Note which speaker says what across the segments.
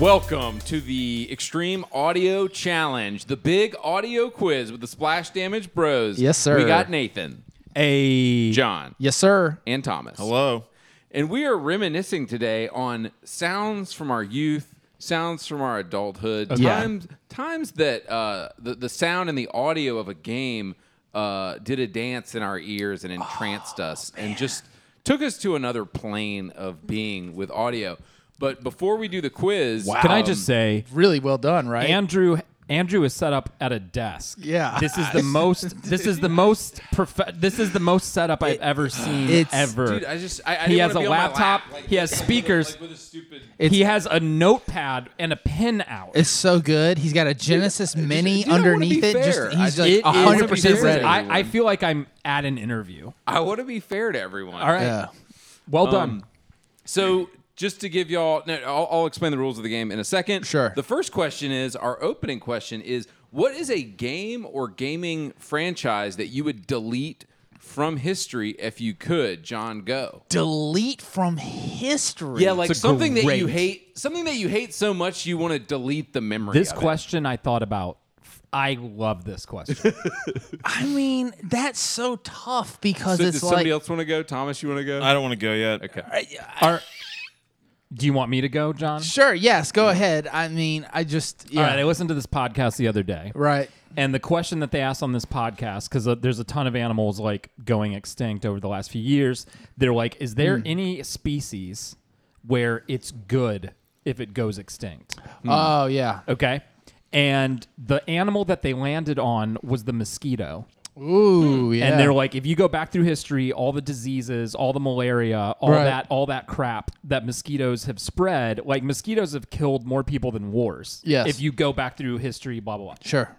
Speaker 1: Welcome to the Extreme Audio Challenge, the big audio quiz with the Splash Damage Bros.
Speaker 2: Yes, sir.
Speaker 1: We got Nathan,
Speaker 2: A
Speaker 1: John,
Speaker 2: Yes, sir.
Speaker 1: and Thomas.
Speaker 3: Hello.
Speaker 1: And we are reminiscing today on sounds from our youth, sounds from our adulthood,
Speaker 2: Yeah.
Speaker 1: times times that uh, the the sound and the audio of a game uh, did a dance in our ears and entranced us and just took us to another plane of being with audio. But before we do the quiz,
Speaker 4: Can I
Speaker 1: um,
Speaker 4: just say,
Speaker 2: Really well done, right?
Speaker 4: Andrew? Andrew is set up at a desk.
Speaker 2: Yeah.
Speaker 4: this is the most. This is the most. Prof- this is the most setup I've ever seen.
Speaker 2: it's-
Speaker 4: ever.
Speaker 1: Dude, I just I, I
Speaker 4: he
Speaker 1: didn't
Speaker 4: has
Speaker 1: wanna
Speaker 4: a
Speaker 1: be on my
Speaker 4: laptop.
Speaker 1: lap, like
Speaker 4: he has
Speaker 1: this,
Speaker 4: speakers.
Speaker 1: like, with a stupid-
Speaker 2: It's-
Speaker 4: he has a notepad and a pen out.
Speaker 2: it's so good. He's got a Genesis Mini
Speaker 1: dude, I wanna
Speaker 2: underneath
Speaker 1: be
Speaker 2: it.
Speaker 1: fair.
Speaker 2: Just he's
Speaker 1: I-
Speaker 2: like
Speaker 1: it is- I wanna be
Speaker 2: hundred percent
Speaker 1: fair.
Speaker 2: ready.
Speaker 4: I, I feel like I'm at an interview.
Speaker 1: I want to be fair to everyone.
Speaker 4: All right.
Speaker 2: yeah.
Speaker 4: Well
Speaker 1: Um,
Speaker 4: done.
Speaker 1: So just to give y'all, no, I'll, I'll explain the rules of the game in a second.
Speaker 2: Sure.
Speaker 1: The first question is our opening question is what is a game or gaming franchise that you would delete from history if you could? John, go.
Speaker 2: Delete from history.
Speaker 1: Yeah, like
Speaker 4: It's a
Speaker 1: something that you
Speaker 4: great-
Speaker 1: hate, something that you hate so much you want to delete the memory.
Speaker 4: This
Speaker 1: of it.
Speaker 4: question I thought about. I love this question.
Speaker 2: I mean, that's so tough because
Speaker 1: So,
Speaker 2: it's
Speaker 1: does somebody
Speaker 2: like
Speaker 1: else want to go? Thomas, you want to go?
Speaker 3: I don't want to go yet. Okay.
Speaker 4: Are, do you want me to go, John?
Speaker 2: sure, yes, go ahead. I mean, I just yeah,
Speaker 4: All right. I listened to this podcast the other day.
Speaker 2: right.
Speaker 4: And the question that they asked on this podcast, because uh, there's a ton of animals like going extinct over the last few years, they're like, is there
Speaker 2: Hmm.
Speaker 4: any species where it's good if it goes extinct?
Speaker 1: Hmm.
Speaker 2: Oh yeah.
Speaker 4: Okay. And the animal that they landed on was the mosquito.
Speaker 2: Ooh yeah.
Speaker 4: And they're like, if you go back through history, all the diseases, all the malaria, all
Speaker 2: Right.
Speaker 4: that, all that crap that mosquitoes have spread, like mosquitoes have killed more people than wars.
Speaker 2: Yes.
Speaker 4: If you go back through history, blah blah blah.
Speaker 2: sure.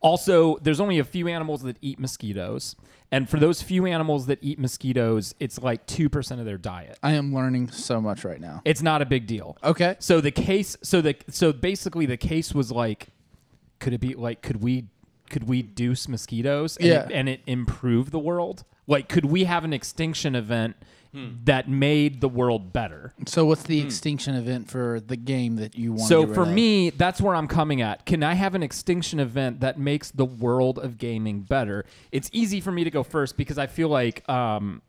Speaker 4: Also, there's only a few animals that eat mosquitoes. And for those few animals that eat mosquitoes, it's like 2% of their diet.
Speaker 2: I am learning so much right now.
Speaker 4: It's not a big deal.
Speaker 2: Okay.
Speaker 4: So the case so the so basically the case was like could it be like could we could we deuce mosquitoes and,
Speaker 2: Yeah.
Speaker 4: it, and it improve the world? Like could we have an extinction event that made the world better?
Speaker 2: So what's
Speaker 1: Hmm.
Speaker 2: the extinction event for the game that you want?
Speaker 4: So for me, that's where I'm coming at. Can I have an extinction event that makes the world of gaming better? It's easy for me to go first because I feel like um,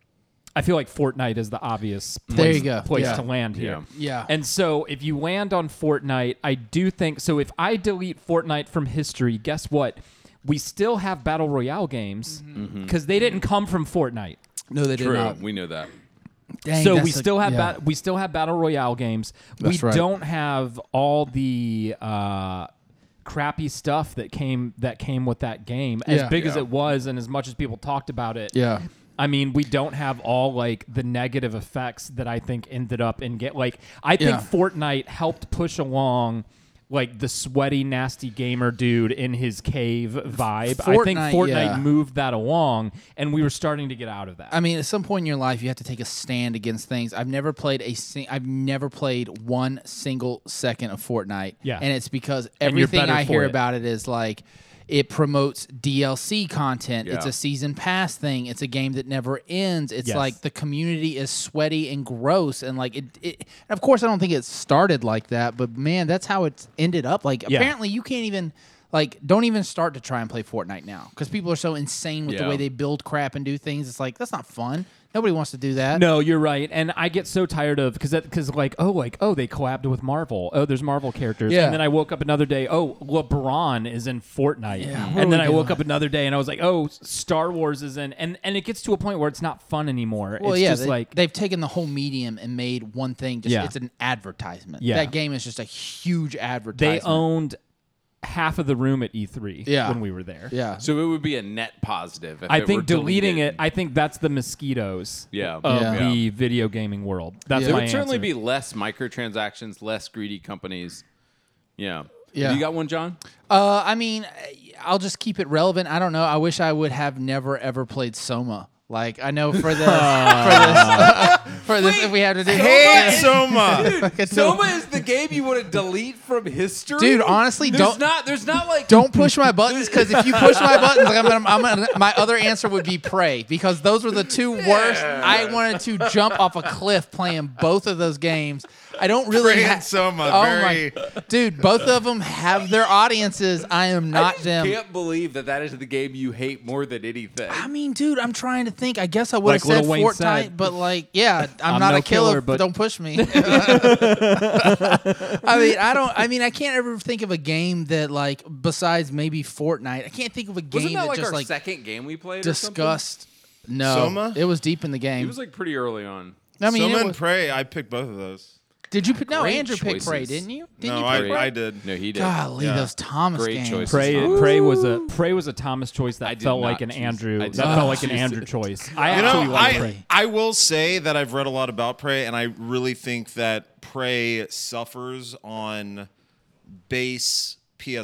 Speaker 4: I feel like Fortnite is the obvious place,
Speaker 2: There you go.
Speaker 4: place
Speaker 2: Yeah.
Speaker 4: to land here.
Speaker 2: Yeah.
Speaker 4: And so if you land on Fortnite, I do think so. If I delete Fortnite from history, guess what? We still have battle royale games
Speaker 2: Mm-hmm.
Speaker 4: because they didn't come from Fortnite.
Speaker 2: no, they did
Speaker 1: True.
Speaker 2: not.
Speaker 1: We know that.
Speaker 2: Dang,
Speaker 4: So
Speaker 2: that's
Speaker 4: we
Speaker 2: a-
Speaker 4: still have
Speaker 2: yeah.
Speaker 4: bat- we still have battle royale games.
Speaker 2: That's
Speaker 4: we
Speaker 2: right.
Speaker 4: don't have all the uh, crappy stuff that came that came with that game. As
Speaker 2: Yeah.
Speaker 4: big as
Speaker 1: Yeah.
Speaker 4: it was, and as much as people talked about it,
Speaker 2: Yeah.
Speaker 4: I mean, we don't have all like the negative effects that I think ended up in get. Like, I think
Speaker 2: Yeah.
Speaker 4: Fortnite helped push along. Like the sweaty, nasty gamer dude in his cave vibe. I think
Speaker 2: Fortnite,
Speaker 4: Fortnite
Speaker 2: yeah.
Speaker 4: moved that along, and we were starting to get out of that.
Speaker 2: I mean, at some point in your life, you have to take a stand against things. I've never played a sing- I've never played one single second of Fortnite.
Speaker 4: Yeah.
Speaker 2: and it's because
Speaker 4: you're
Speaker 2: everything
Speaker 4: better
Speaker 2: I
Speaker 4: for
Speaker 2: hear
Speaker 4: it.
Speaker 2: about it is like it promotes DLC content. It's
Speaker 1: Yeah.
Speaker 2: a season pass thing. It's a game that never ends. It's
Speaker 4: Yes.
Speaker 2: like the community is sweaty and gross, and like it. it and of course, I don't think it started like that, but man, that's how it's ended up. Like
Speaker 4: Yeah.
Speaker 2: apparently, you can't even. Like, don't even start to try and play Fortnite now because people are so insane with
Speaker 1: Yeah.
Speaker 2: the way they build crap and do things. It's like that's not fun. Nobody wants to do that.
Speaker 4: No, you're right, and I get so tired of because because like oh like oh they collabed with Marvel oh there's Marvel characters
Speaker 2: Yeah.
Speaker 4: and then I woke up another day oh LeBron is in Fortnite
Speaker 2: what are
Speaker 4: and then
Speaker 2: we
Speaker 4: I woke
Speaker 2: doing?
Speaker 4: up another day and I was like oh Star Wars is in and and it gets to a point where it's not fun anymore
Speaker 2: Well,
Speaker 4: it's
Speaker 2: yeah,
Speaker 4: just
Speaker 2: they,
Speaker 4: like
Speaker 2: they've taken the whole medium and made one thing. Just
Speaker 4: Yeah.
Speaker 2: it's an advertisement.
Speaker 4: Yeah.
Speaker 2: that game is just a huge
Speaker 4: they
Speaker 2: advertisement.
Speaker 4: owned half of the room at E3
Speaker 2: Yeah.
Speaker 4: when we were there
Speaker 2: yeah.
Speaker 1: So it would be a net positive. If
Speaker 4: I
Speaker 1: it were
Speaker 4: think deleting
Speaker 1: deleted.
Speaker 4: it I think that's the mosquitoes
Speaker 1: Yeah.
Speaker 4: of
Speaker 2: Yeah.
Speaker 4: the video gaming world that's
Speaker 2: There
Speaker 4: my
Speaker 1: There would certainly
Speaker 4: answer.
Speaker 1: be less microtransactions, less greedy companies. Yeah.
Speaker 2: Yeah.
Speaker 1: You got one, John?
Speaker 2: Uh, I mean, I'll just keep it relevant. I don't know. I wish I would have never ever played Soma. Like I know for this, for this, for this, if we had to do,
Speaker 3: Hey, Soma.
Speaker 2: Fucking
Speaker 1: Soma is the game you want to delete from history,
Speaker 2: Dude, honestly,
Speaker 1: there's
Speaker 2: don't-
Speaker 1: not. There's not like
Speaker 2: Don't push my buttons because if you push my buttons, like I'm gonna, I'm gonna, my other answer would be pray because those were the two worst. I wanted to jump off a cliff playing both of those games. I don't really. Oh
Speaker 3: Fran Soma, very-
Speaker 2: my, dude. Both of them have their audiences. I am
Speaker 1: I
Speaker 2: not
Speaker 1: just
Speaker 2: them.
Speaker 1: can't believe that that is the game you hate more than anything.
Speaker 2: I mean, dude, I'm trying to think. I guess I would
Speaker 4: Like
Speaker 2: have said
Speaker 4: Lil Wayne
Speaker 2: Fortnite,
Speaker 4: said.
Speaker 2: but like, yeah, I'm,
Speaker 4: I'm
Speaker 2: not
Speaker 4: no
Speaker 2: a killer,
Speaker 4: killer,
Speaker 2: but
Speaker 4: but-
Speaker 2: don't push me. I mean, I don't. I mean, I can't ever think of a game that like besides maybe Fortnite. I can't think of a
Speaker 1: Wasn't
Speaker 2: game
Speaker 1: that
Speaker 2: that
Speaker 1: like
Speaker 2: just
Speaker 1: our
Speaker 2: like
Speaker 1: second game we played? Or something?
Speaker 2: discussed. No,
Speaker 3: Soma?
Speaker 2: it was deep in the game.
Speaker 1: It was like pretty early on.
Speaker 2: I mean, it
Speaker 3: Soma and
Speaker 2: was-
Speaker 3: Prey, I picked both of those.
Speaker 2: did you? pick- No,
Speaker 1: Great
Speaker 2: Andrew picked Prey,
Speaker 1: choices.
Speaker 2: didn't you? Didn't
Speaker 3: no,
Speaker 2: you
Speaker 3: I,
Speaker 2: pick
Speaker 3: I did.
Speaker 1: No, he did.
Speaker 2: Golly,
Speaker 3: Yeah.
Speaker 2: those Thomas
Speaker 1: Great
Speaker 2: games.
Speaker 1: choices.
Speaker 4: Prey,
Speaker 1: Thomas.
Speaker 4: Prey was a Prey was a Thomas choice
Speaker 1: I
Speaker 4: that
Speaker 1: did
Speaker 4: felt
Speaker 1: not
Speaker 4: like an
Speaker 1: choose-
Speaker 4: Andrew.
Speaker 1: I
Speaker 4: That
Speaker 1: did
Speaker 4: felt
Speaker 1: not
Speaker 4: like an
Speaker 1: choose
Speaker 4: Andrew
Speaker 1: it.
Speaker 4: choice. I
Speaker 3: You
Speaker 4: actually
Speaker 3: know,
Speaker 4: like
Speaker 3: I,
Speaker 4: Prey.
Speaker 3: I will say that I've read a lot about Prey, and I really think that Prey suffers on base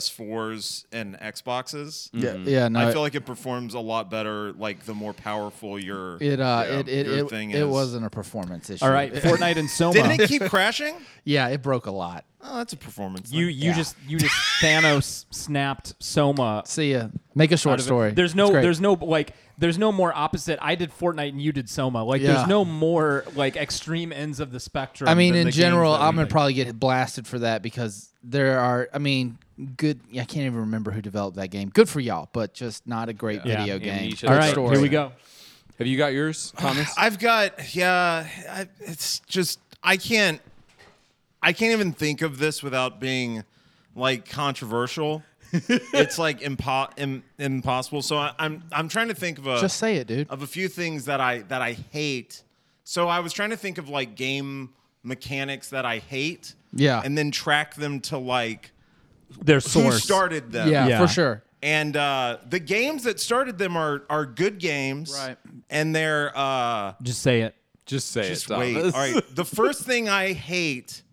Speaker 3: PS4s and Xboxes.
Speaker 2: Yeah, Mm-hmm. yeah, no.
Speaker 3: I feel like it performs a lot better, like the more powerful your
Speaker 2: it uh, it it
Speaker 3: your
Speaker 2: it,
Speaker 3: thing
Speaker 2: it
Speaker 3: is.
Speaker 2: wasn't a performance issue.
Speaker 4: All right, Fortnite and Soma.
Speaker 3: Didn't it keep crashing?
Speaker 2: yeah, it broke a lot.
Speaker 3: Oh, that's a performance.
Speaker 4: you
Speaker 3: thing.
Speaker 4: you just you just Thanos snapped Soma
Speaker 2: See ya. Make a short
Speaker 4: out of it.
Speaker 2: story.
Speaker 4: There's
Speaker 2: It's
Speaker 4: no
Speaker 2: great.
Speaker 4: there's no like there's no more opposite. I did Fortnite and you did Soma. Like
Speaker 2: Yeah.
Speaker 4: there's no more like extreme ends of the spectrum.
Speaker 2: I mean,
Speaker 4: than
Speaker 2: in
Speaker 4: the games
Speaker 2: general,
Speaker 4: that we
Speaker 2: I'm gonna
Speaker 4: like.
Speaker 2: probably get blasted for that because there are. I mean, good. I can't even remember who developed that game. Good for y'all, but just not a great
Speaker 4: Yeah.
Speaker 2: video
Speaker 1: Yeah,
Speaker 2: game.
Speaker 1: you should-
Speaker 4: All
Speaker 1: Good
Speaker 4: right,
Speaker 2: story.
Speaker 4: here we go.
Speaker 1: Have you got yours, Thomas?
Speaker 3: I've got yeah. I, it's just I can't. I can't even think of this without being like controversial. it's like impo- im- impossible. So I, I'm I'm trying to think of a
Speaker 2: Just say it, dude.
Speaker 3: of a few things that I that I hate. So I was trying to think of like game mechanics that I hate.
Speaker 2: Yeah.
Speaker 3: And then track them to like
Speaker 4: Their
Speaker 3: who
Speaker 4: source.
Speaker 3: started them.
Speaker 2: Yeah,
Speaker 4: Yeah.
Speaker 2: for sure.
Speaker 3: And uh, the games that started them are are good games.
Speaker 2: Right.
Speaker 3: And they're uh
Speaker 4: Just say it.
Speaker 1: just say
Speaker 3: just
Speaker 1: it.
Speaker 3: wait. All
Speaker 1: Thomas.
Speaker 3: right. The first thing I hate,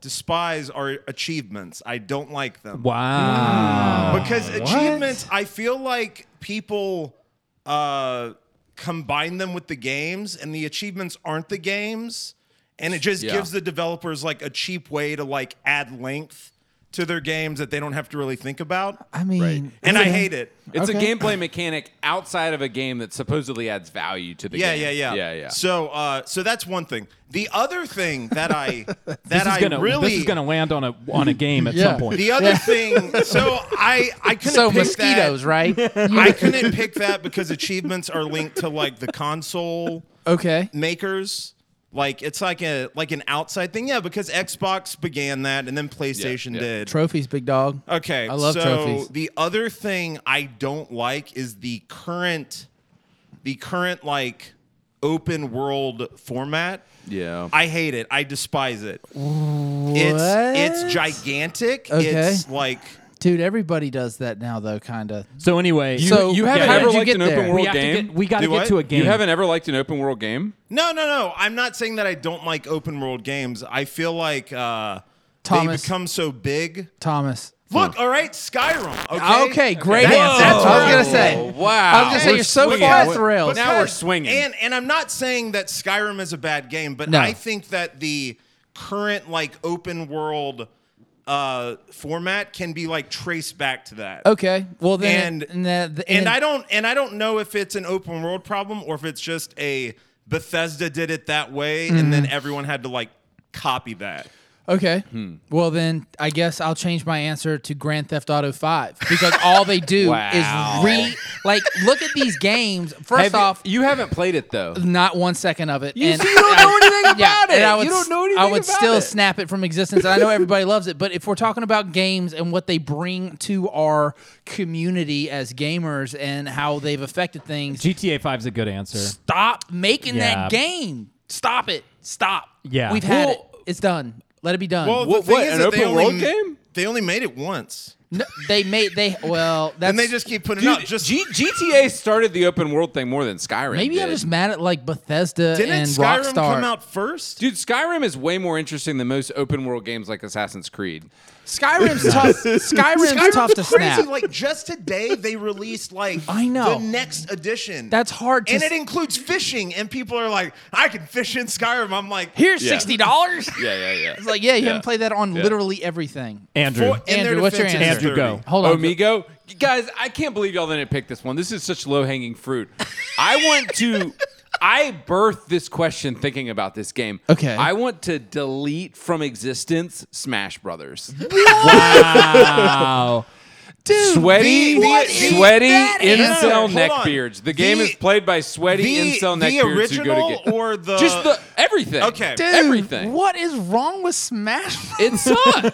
Speaker 3: despise are achievements. I don't like them.
Speaker 1: Mm.
Speaker 4: Wow.
Speaker 3: Because achievements, I feel like people uh, combine them with the games, and the achievements aren't the games, and it just
Speaker 1: Yeah.
Speaker 3: gives the developers like a cheap way to like add length to their games that they don't have to really think about.
Speaker 2: I mean,
Speaker 3: And I hate it.
Speaker 1: It's
Speaker 2: Okay.
Speaker 1: a gameplay mechanic outside of a game that supposedly adds value to the
Speaker 3: Yeah,
Speaker 1: game.
Speaker 3: yeah, yeah,
Speaker 1: yeah, yeah.
Speaker 3: So, uh, so that's one thing. The other thing that I that
Speaker 4: This
Speaker 3: I
Speaker 4: is gonna
Speaker 3: really
Speaker 4: this is gonna land on a on a game at
Speaker 2: Yeah.
Speaker 4: some point.
Speaker 3: The other thing, so I I couldn't
Speaker 2: So
Speaker 3: pick
Speaker 2: mosquitoes,
Speaker 3: that.
Speaker 2: right?
Speaker 3: I couldn't pick that because achievements are linked to like the console
Speaker 2: okay.
Speaker 3: makers. Like it's like a like an outside thing, yeah. Because Xbox began that, and then PlayStation
Speaker 1: yeah.
Speaker 3: did.
Speaker 2: Trophies, big dog.
Speaker 3: Okay,
Speaker 2: I love
Speaker 3: so
Speaker 2: trophies.
Speaker 3: The other thing I don't like is the current, the current like open world format.
Speaker 1: Yeah.
Speaker 3: I hate it. I despise it. It's it's gigantic.
Speaker 2: Okay.
Speaker 3: It's like
Speaker 2: Dude, everybody does that now, though, kind of.
Speaker 4: So anyway,
Speaker 2: So-
Speaker 1: you
Speaker 2: Yeah,
Speaker 1: haven't
Speaker 2: yeah.
Speaker 1: ever
Speaker 2: How did you
Speaker 1: liked
Speaker 2: get
Speaker 1: an
Speaker 2: there?
Speaker 1: open
Speaker 2: We
Speaker 1: world
Speaker 4: we have to
Speaker 1: game.
Speaker 4: get- we got to
Speaker 3: Do
Speaker 4: get to
Speaker 3: what?
Speaker 4: a game.
Speaker 1: You haven't ever liked an open world game.
Speaker 3: No, no, no. I'm not saying that I don't like open world games. I feel like uh,
Speaker 2: Thomas.
Speaker 3: they become so big.
Speaker 2: Thomas.
Speaker 3: Look, all right, Skyrim. Okay,
Speaker 2: Ah, Okay, great answer.
Speaker 3: That's
Speaker 2: That's what I was
Speaker 3: right.
Speaker 2: going to say.
Speaker 1: Whoa, wow.
Speaker 2: I was going to say,
Speaker 1: We're
Speaker 2: you're so
Speaker 1: swinging.
Speaker 2: far off
Speaker 1: What-
Speaker 2: the rails.
Speaker 1: Now we're swinging.
Speaker 3: And and I'm not saying that Skyrim is a bad game, but
Speaker 2: No.
Speaker 3: I think that the current like open world uh, format can be like traced back to that.
Speaker 2: Okay. Well, then.
Speaker 3: And-
Speaker 2: and, the, the,
Speaker 3: And I don't and I don't know if it's an open world problem or if it's just a Bethesda did it that way and
Speaker 2: Mm-hmm.
Speaker 3: then everyone had to like copy that.
Speaker 2: Okay.
Speaker 1: Hmm.
Speaker 2: Well, then I guess I'll change my answer to Grand Theft Auto 5 because all they do
Speaker 1: Wow.
Speaker 2: is re like look at these games. First
Speaker 1: Have you-
Speaker 2: off,
Speaker 1: you haven't played it though.
Speaker 2: not one second of it.
Speaker 1: see, you don't know anything
Speaker 2: yeah,
Speaker 1: about
Speaker 2: and
Speaker 1: it.
Speaker 2: I would,
Speaker 1: You don't know anything
Speaker 2: I would
Speaker 1: about
Speaker 2: still
Speaker 1: it.
Speaker 2: snap it from existence. And I know everybody loves it, but if we're talking about games and what they bring to our community as gamers and how they've affected things,
Speaker 4: GTA 5's a good answer.
Speaker 2: stop making
Speaker 4: Yeah.
Speaker 2: that game. Stop it. Stop.
Speaker 4: Yeah.
Speaker 2: We've had
Speaker 1: Well-
Speaker 2: it. It's done. Let it be done.
Speaker 3: Well,
Speaker 1: What-
Speaker 3: the thing
Speaker 1: what,
Speaker 3: is
Speaker 1: an
Speaker 3: that they
Speaker 1: open
Speaker 3: only
Speaker 1: world
Speaker 3: m-
Speaker 1: game?
Speaker 3: They only made it once,
Speaker 2: No, they made they well. That's,
Speaker 3: and they just keep putting it out.
Speaker 1: Dude,
Speaker 3: Just
Speaker 1: G- GTA started the open world thing more than Skyrim.
Speaker 2: maybe
Speaker 1: did.
Speaker 2: I'm just mad at like Bethesda
Speaker 3: didn't
Speaker 2: and
Speaker 3: Skyrim
Speaker 2: Rockstar.
Speaker 3: come out first?
Speaker 1: Dude, Skyrim is way more interesting than most open world games like Assassin's Creed.
Speaker 2: Skyrim's tough. Skyrim's
Speaker 3: Skyrim's
Speaker 2: tough to
Speaker 3: crazy.
Speaker 2: snap.
Speaker 3: Like just today, they released like
Speaker 2: I know.
Speaker 3: the next edition.
Speaker 2: That's hard to
Speaker 3: and
Speaker 2: s-
Speaker 3: it includes fishing. And people are like, "I can fish in Skyrim." I'm like,
Speaker 2: Here's
Speaker 1: Yeah.
Speaker 2: sixty dollars.
Speaker 1: Yeah, yeah, yeah.
Speaker 2: It's like yeah, you haven't played that on
Speaker 1: Yeah.
Speaker 2: literally everything.
Speaker 4: Andrew.
Speaker 3: in
Speaker 2: Andrew,
Speaker 3: their
Speaker 2: what's your
Speaker 3: defense, it's
Speaker 2: answer?
Speaker 4: Andrew, go.
Speaker 3: 30.
Speaker 1: oh,
Speaker 2: Hold on.
Speaker 1: Omigo, guys, I can't believe y'all didn't pick this one. This is such low hanging fruit. I want to I birthed this question thinking about this game.
Speaker 2: Okay.
Speaker 1: I want to delete from existence Smash Brothers.
Speaker 4: Wow.
Speaker 1: sweaty,
Speaker 3: the- what is
Speaker 1: sweaty
Speaker 3: that answer?
Speaker 1: incel
Speaker 3: Hold on.
Speaker 1: neckbeards. The game
Speaker 3: The-
Speaker 1: is played by sweaty
Speaker 3: the,
Speaker 1: incel
Speaker 3: the
Speaker 1: neckbeards who go to
Speaker 3: original
Speaker 1: get
Speaker 3: or the
Speaker 1: just the everything.
Speaker 3: Okay. Dude,
Speaker 1: everything.
Speaker 2: What is wrong with Smash? Bros?
Speaker 1: It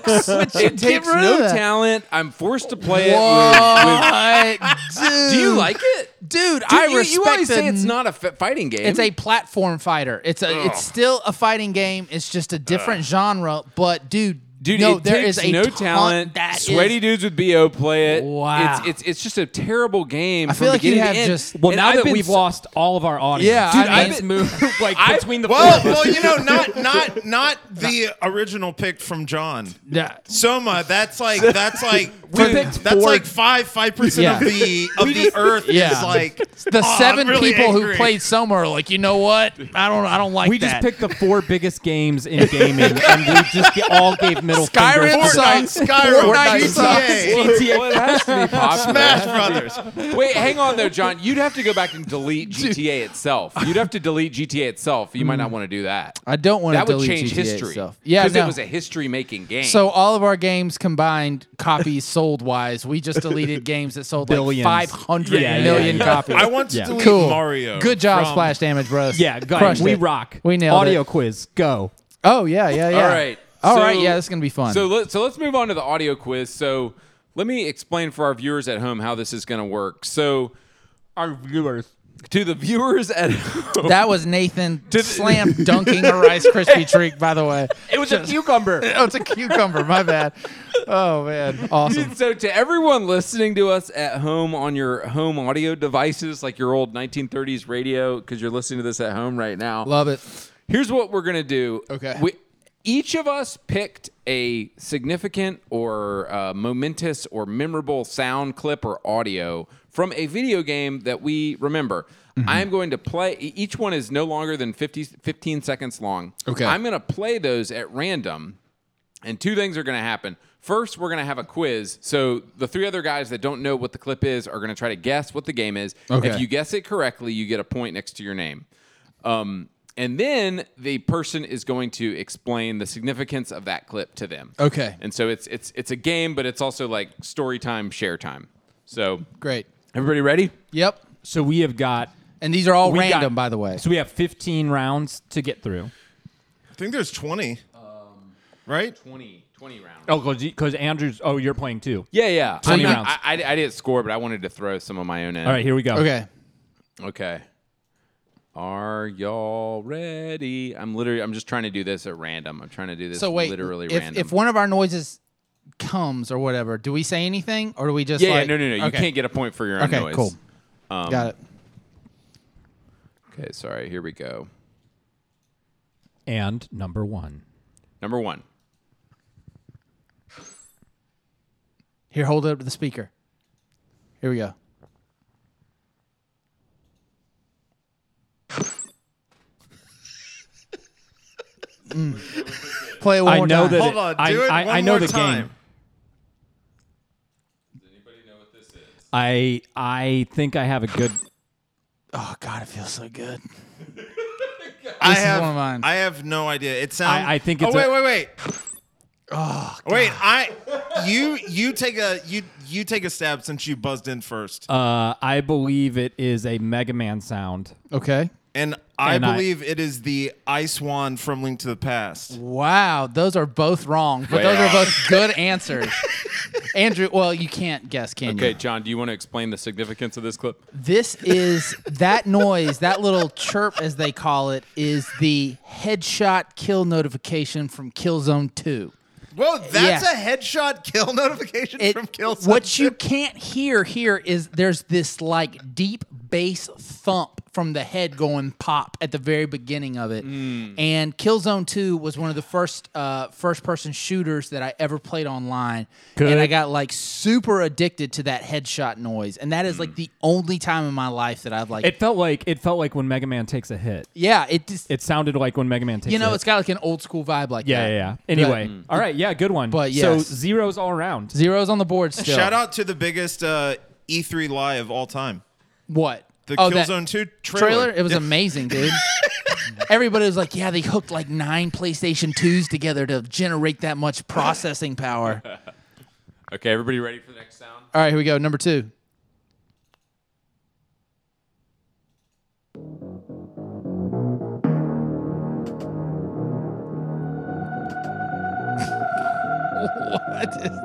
Speaker 1: sucks. it takes
Speaker 2: rid of
Speaker 1: no
Speaker 2: that.
Speaker 1: talent. I'm forced to play it. With, with,
Speaker 2: What, dude?
Speaker 1: do you like it?
Speaker 2: dude?
Speaker 1: Dude,
Speaker 2: I
Speaker 1: you,
Speaker 2: respect
Speaker 1: you always
Speaker 2: the
Speaker 1: say it's not a f- fighting game.
Speaker 2: It's a platform fighter. It's a. It's still a fighting game. It's just a different genre. But dude,
Speaker 1: Dude,
Speaker 2: no,
Speaker 1: it
Speaker 2: there
Speaker 1: takes
Speaker 2: is a
Speaker 1: no
Speaker 2: ton-
Speaker 1: talent.
Speaker 2: That is-
Speaker 1: Sweaty dudes with bo play it.
Speaker 2: Wow.
Speaker 1: it's it's, it's just a terrible game. I
Speaker 2: feel like you have just-
Speaker 4: Well, now
Speaker 1: I've
Speaker 4: that
Speaker 1: been
Speaker 4: we've
Speaker 1: s-
Speaker 4: lost all of our audience,
Speaker 2: Yeah,
Speaker 4: dude,
Speaker 2: I mean-
Speaker 4: let's move like between the
Speaker 3: well,
Speaker 4: four. of us.
Speaker 3: well, you know, not not not the original pick from John.
Speaker 2: Yeah.
Speaker 3: Soma, that's like that's like
Speaker 1: We
Speaker 3: that's
Speaker 1: picked
Speaker 4: four-
Speaker 3: like five five percent of
Speaker 2: Yeah.
Speaker 3: the of the earth
Speaker 2: yeah.
Speaker 3: is like
Speaker 2: The
Speaker 3: "Aw, Oh, I'm
Speaker 2: seven
Speaker 3: really
Speaker 2: people
Speaker 3: angry."
Speaker 2: who played Soma are like, you know what? I don't. I don't like
Speaker 4: we
Speaker 2: that.
Speaker 4: just picked the four biggest games in gaming, and we just g- all gave middle
Speaker 2: Skyrim
Speaker 4: fingers. to-
Speaker 2: sucks.
Speaker 3: Fortnite, Skyrim,
Speaker 2: Fortnite
Speaker 3: GTA,
Speaker 1: Well, it has to be popular.
Speaker 3: Smash Brothers.
Speaker 1: Wait, hang on though, John. You'd have to go back and delete GTA itself. You'd have to delete GTA itself. You might not want to do that.
Speaker 2: Mm. I don't want to.
Speaker 1: That would
Speaker 2: delete
Speaker 1: change
Speaker 2: GTA
Speaker 1: history.
Speaker 2: Itself. Yeah,
Speaker 1: because
Speaker 2: no.
Speaker 1: it was a history-making game.
Speaker 2: So all of our games combined, copies sold wise, we just deleted games that sold like
Speaker 4: Billions.
Speaker 2: 500 million
Speaker 4: Yeah, yeah, yeah.
Speaker 2: copies.
Speaker 3: I want to
Speaker 4: Yeah.
Speaker 3: delete
Speaker 2: cool.
Speaker 3: Mario.
Speaker 2: Good job,
Speaker 3: from-
Speaker 2: Splash Damage Bros.
Speaker 4: Yeah, go ahead.
Speaker 2: Crushed
Speaker 4: we
Speaker 2: it.
Speaker 4: rock.
Speaker 2: We nailed
Speaker 4: Audio
Speaker 2: it.
Speaker 4: quiz. Go.
Speaker 2: Oh yeah, yeah, yeah.
Speaker 1: All right.
Speaker 2: All
Speaker 1: So-
Speaker 2: right, Yeah, this is gonna be fun.
Speaker 1: So let, so let's move on to the audio quiz. So let me explain for our viewers at home how this is going to work. So
Speaker 4: Our viewers.
Speaker 1: to the viewers at home,
Speaker 2: that was Nathan slam dunking a Rice Krispie treat. By the way,
Speaker 4: It was a cucumber.
Speaker 2: oh, it's a cucumber. My bad. Oh man, awesome.
Speaker 1: so to everyone listening to us at home on your home audio devices, like your old 1930s radio, because you're listening to this at home right now.
Speaker 2: Love it.
Speaker 1: Here's what we're gonna do.
Speaker 2: Okay.
Speaker 1: We, each of us picked a significant or uh, momentous or memorable sound clip or audio from a video game that we remember.
Speaker 2: Mm-hmm.
Speaker 1: I'm going to play. e- Each one is no longer than 50, 15 seconds long.
Speaker 2: Okay.
Speaker 1: I'm going to play those at random, and two things are going to happen. First, we're going to have a quiz. So the three other guys that don't know what the clip is are going to try to guess what the game is.
Speaker 2: Okay.
Speaker 1: If you guess it correctly, you get a point next to your name. Um, and then the person is going to explain the significance of that clip to them.
Speaker 2: Okay.
Speaker 1: And so it's it's it's a game, but it's also like story time, share time. So
Speaker 2: Great.
Speaker 1: everybody ready?
Speaker 2: Yep.
Speaker 4: So we have got.
Speaker 2: And these are all
Speaker 4: we
Speaker 2: random,
Speaker 4: got-
Speaker 2: by the way.
Speaker 4: So we have 15 rounds to get through.
Speaker 3: I think there's twenty. Um, Right?
Speaker 1: 20, 20 rounds.
Speaker 4: Oh, because Andrew's. Oh, you're playing too.
Speaker 1: Yeah, yeah.
Speaker 4: 20
Speaker 1: I'm
Speaker 4: rounds.
Speaker 1: I, I, I didn't score, but I wanted to throw some of my own in.
Speaker 4: All right, here we go.
Speaker 2: Okay.
Speaker 1: Okay. Are y'all ready? I'm literally I'm just trying to do this at random. I'm trying to do this
Speaker 2: So wait,
Speaker 1: literally
Speaker 2: if,
Speaker 1: random.
Speaker 2: if one of our noises comes or whatever, do we say anything or do we just
Speaker 1: yeah,
Speaker 2: like,
Speaker 1: yeah, no, no, no. You
Speaker 2: okay.
Speaker 1: can't get a point for your own
Speaker 2: Okay,
Speaker 1: noise.
Speaker 2: cool. Got it.
Speaker 1: Okay, sorry. Here we go.
Speaker 4: And number one.
Speaker 1: Number one.
Speaker 2: Here, hold it up to the speaker. Here we go. Mm. Play it one
Speaker 4: I
Speaker 2: more time. Oh.
Speaker 4: know that.
Speaker 3: Hold
Speaker 4: it-
Speaker 3: on,
Speaker 4: I,
Speaker 3: do it
Speaker 4: I,
Speaker 3: one
Speaker 4: I know
Speaker 3: more
Speaker 4: the
Speaker 3: time.
Speaker 4: game. I I think I have a good.
Speaker 2: Oh God, it feels so good.
Speaker 3: I
Speaker 2: This is
Speaker 3: have
Speaker 2: one of mine.
Speaker 3: I have no idea. It sounds
Speaker 4: I- I think
Speaker 3: Oh
Speaker 4: it's
Speaker 3: wait,
Speaker 4: a-
Speaker 3: wait, wait. Oh, wait, I you you take a you you take a stab since you buzzed in first.
Speaker 4: Uh, I believe it is a Mega Man sound.
Speaker 2: Okay.
Speaker 3: and I
Speaker 4: and I-
Speaker 3: believe it is the Ice Wand from Link to the Past.
Speaker 2: Wow, those are both wrong, but
Speaker 1: Way
Speaker 2: those
Speaker 1: off.
Speaker 2: are both good answers. Andrew, well, you can't guess, can
Speaker 1: Okay,
Speaker 2: you?
Speaker 1: John, do you want to explain the significance of this clip?
Speaker 2: This is that noise, that little chirp as they call it, is the headshot kill notification from Killzone 2.
Speaker 3: Whoa, that's
Speaker 2: Yeah.
Speaker 3: a headshot kill notification
Speaker 2: It-
Speaker 3: from Killzone.
Speaker 2: what you can't hear here is there's this like deep bass thump from the head going pop at the very beginning of it.
Speaker 3: Mm.
Speaker 2: And Killzone 2 was one of the first uh, first person shooters that I ever played online.
Speaker 4: Good.
Speaker 2: And I got like super addicted to that headshot noise. And that is
Speaker 3: Mm.
Speaker 2: like the only time in my life that I've like
Speaker 4: It felt like it felt like when Mega Man takes a hit.
Speaker 2: Yeah, it just
Speaker 4: It sounded like when Mega Man takes.
Speaker 2: you
Speaker 4: a
Speaker 2: know,
Speaker 4: hit.
Speaker 2: it's got like an old school vibe like
Speaker 4: Yeah,
Speaker 2: that.
Speaker 4: yeah, yeah. Anyway, all right, yeah, good one.
Speaker 2: But
Speaker 4: so
Speaker 2: yes.
Speaker 4: zeros all around.
Speaker 2: Zero's on the board still.
Speaker 3: E Shout out to the biggest uh, E3 lie of all time.
Speaker 2: What?
Speaker 3: the
Speaker 2: Oh, that
Speaker 3: Killzone 2 trailer.
Speaker 2: trailer. It was amazing, dude. Everybody was like, "Yeah, they hooked like nine PlayStation 2s together to generate that much processing power." All
Speaker 1: Okay, everybody ready for the next sound?
Speaker 2: right, here we go. Number 2. what is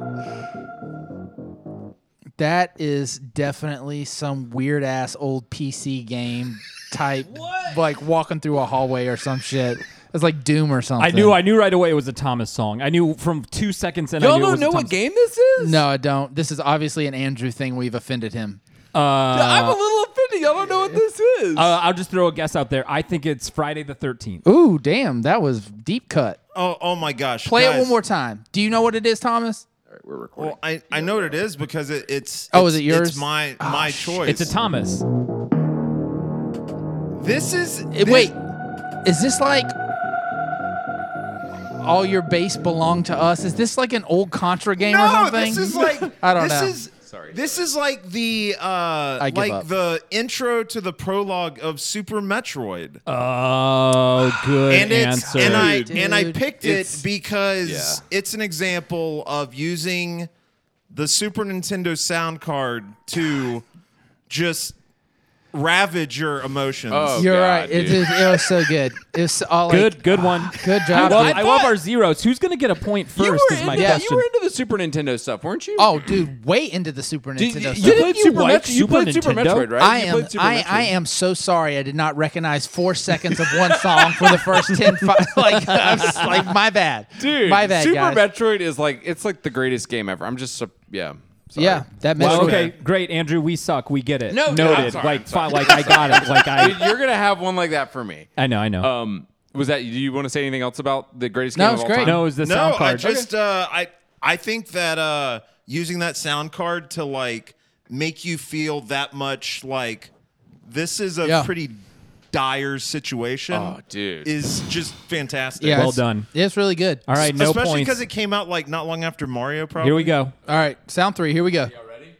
Speaker 2: that is definitely some weird ass old PC game type like walking through a hallway or some shit. It's like Doom or something.
Speaker 4: I knew I knew right away it was a Thomas song. I knew from two seconds in. I
Speaker 1: Y'all
Speaker 4: knew it
Speaker 1: don't
Speaker 4: was a
Speaker 1: know what
Speaker 4: Thomas-
Speaker 1: game this is?
Speaker 2: No, I don't. This is obviously an Andrew thing. We've offended him.
Speaker 1: I'm a little offended. Y'all don't know what this is.
Speaker 4: Uh, I'll just throw a guess out there. I think it's Friday the Thirteenth.
Speaker 2: Ooh, damn, that was deep cut.
Speaker 3: Oh, oh my gosh.
Speaker 2: Play it
Speaker 3: guys.
Speaker 2: one more time. Do you know what it is, Thomas?
Speaker 1: We're recording.
Speaker 3: Well, I, I know what it is because it, it's
Speaker 2: Oh, is
Speaker 3: it's-
Speaker 2: it yours?
Speaker 3: It's my my choice.
Speaker 4: It's a Thomas.
Speaker 3: this is
Speaker 2: Eh,
Speaker 3: this,
Speaker 2: Wait, is this like all your base belong to us? Is this like an old Contra game or
Speaker 3: No,
Speaker 2: something?
Speaker 3: this is like
Speaker 2: I don't
Speaker 3: this
Speaker 2: know.
Speaker 3: Is,
Speaker 1: Sorry.
Speaker 3: This is like the uh
Speaker 2: give
Speaker 3: like
Speaker 2: up.
Speaker 3: the intro to the prologue of Super Metroid.
Speaker 4: Oh, good
Speaker 3: and it's
Speaker 4: answer.
Speaker 3: and I
Speaker 2: Dude.
Speaker 3: and I picked
Speaker 1: It's-
Speaker 3: it because
Speaker 1: Yeah.
Speaker 3: it's an example of using the Super Nintendo sound card to just ravage your emotions.
Speaker 1: Oh.
Speaker 2: You're
Speaker 1: God,
Speaker 2: right. It,
Speaker 1: dude.
Speaker 2: is- it was so good. It's all like- ah,
Speaker 4: good, good one.
Speaker 2: good
Speaker 4: I
Speaker 2: job.
Speaker 4: love,
Speaker 2: dude.
Speaker 4: I love our zeros. Who's going to get a point
Speaker 1: you, were
Speaker 4: first? Is
Speaker 1: into,
Speaker 4: my
Speaker 1: yeah, you
Speaker 4: question.
Speaker 1: were into the Super Nintendo stuff, weren't you?
Speaker 2: oh, dude, way into the Super
Speaker 1: Did-
Speaker 2: Nintendo.
Speaker 1: you,
Speaker 2: stuff.
Speaker 1: played
Speaker 4: you
Speaker 1: Super
Speaker 4: like
Speaker 1: Metro- you
Speaker 4: Super
Speaker 1: played Super
Speaker 4: Nintendo?
Speaker 1: Metroid, right?
Speaker 2: I
Speaker 1: You
Speaker 2: am
Speaker 1: played Super
Speaker 2: I, I
Speaker 1: Metroid.
Speaker 2: am so sorry I did not recognize four seconds of one song for the first ten fi- like I'm s- like my bad.
Speaker 1: Dude,
Speaker 2: my bad
Speaker 1: Super
Speaker 2: guys.
Speaker 1: Metroid is like it's like the greatest game ever. I'm just sup- yeah. Sorry.
Speaker 2: Yeah, that messed
Speaker 4: Well,
Speaker 2: with
Speaker 4: okay,
Speaker 2: me.
Speaker 4: great, Andrew. We suck. We get it.
Speaker 1: No, dude,
Speaker 4: noted.
Speaker 1: I'm sorry,
Speaker 4: like,
Speaker 1: I'm sorry.
Speaker 4: fi- like I got it. Like
Speaker 1: Dude,
Speaker 4: I,
Speaker 1: you're gonna have one like that for me.
Speaker 4: I know, I know.
Speaker 1: Um, was that? Do you want to say anything else about the greatest
Speaker 2: No,
Speaker 1: game
Speaker 2: it's
Speaker 1: of all
Speaker 2: great.
Speaker 1: time?
Speaker 4: no, is the
Speaker 3: No,
Speaker 4: sound
Speaker 3: I
Speaker 4: card?
Speaker 3: just uh, I I think that uh, using that sound card to like make you feel that much like this is a
Speaker 2: Yeah.
Speaker 3: pretty dire situation.
Speaker 1: Oh, dude.
Speaker 3: is just fantastic.
Speaker 2: Yeah,
Speaker 4: Well
Speaker 2: it's-
Speaker 4: done.
Speaker 2: It's really good.
Speaker 4: All right, no
Speaker 3: especially
Speaker 4: points.
Speaker 3: because it came out like not long after Mario. Probably
Speaker 4: Here we go.
Speaker 2: All right, sound three. Here we go.
Speaker 1: Y'all ready?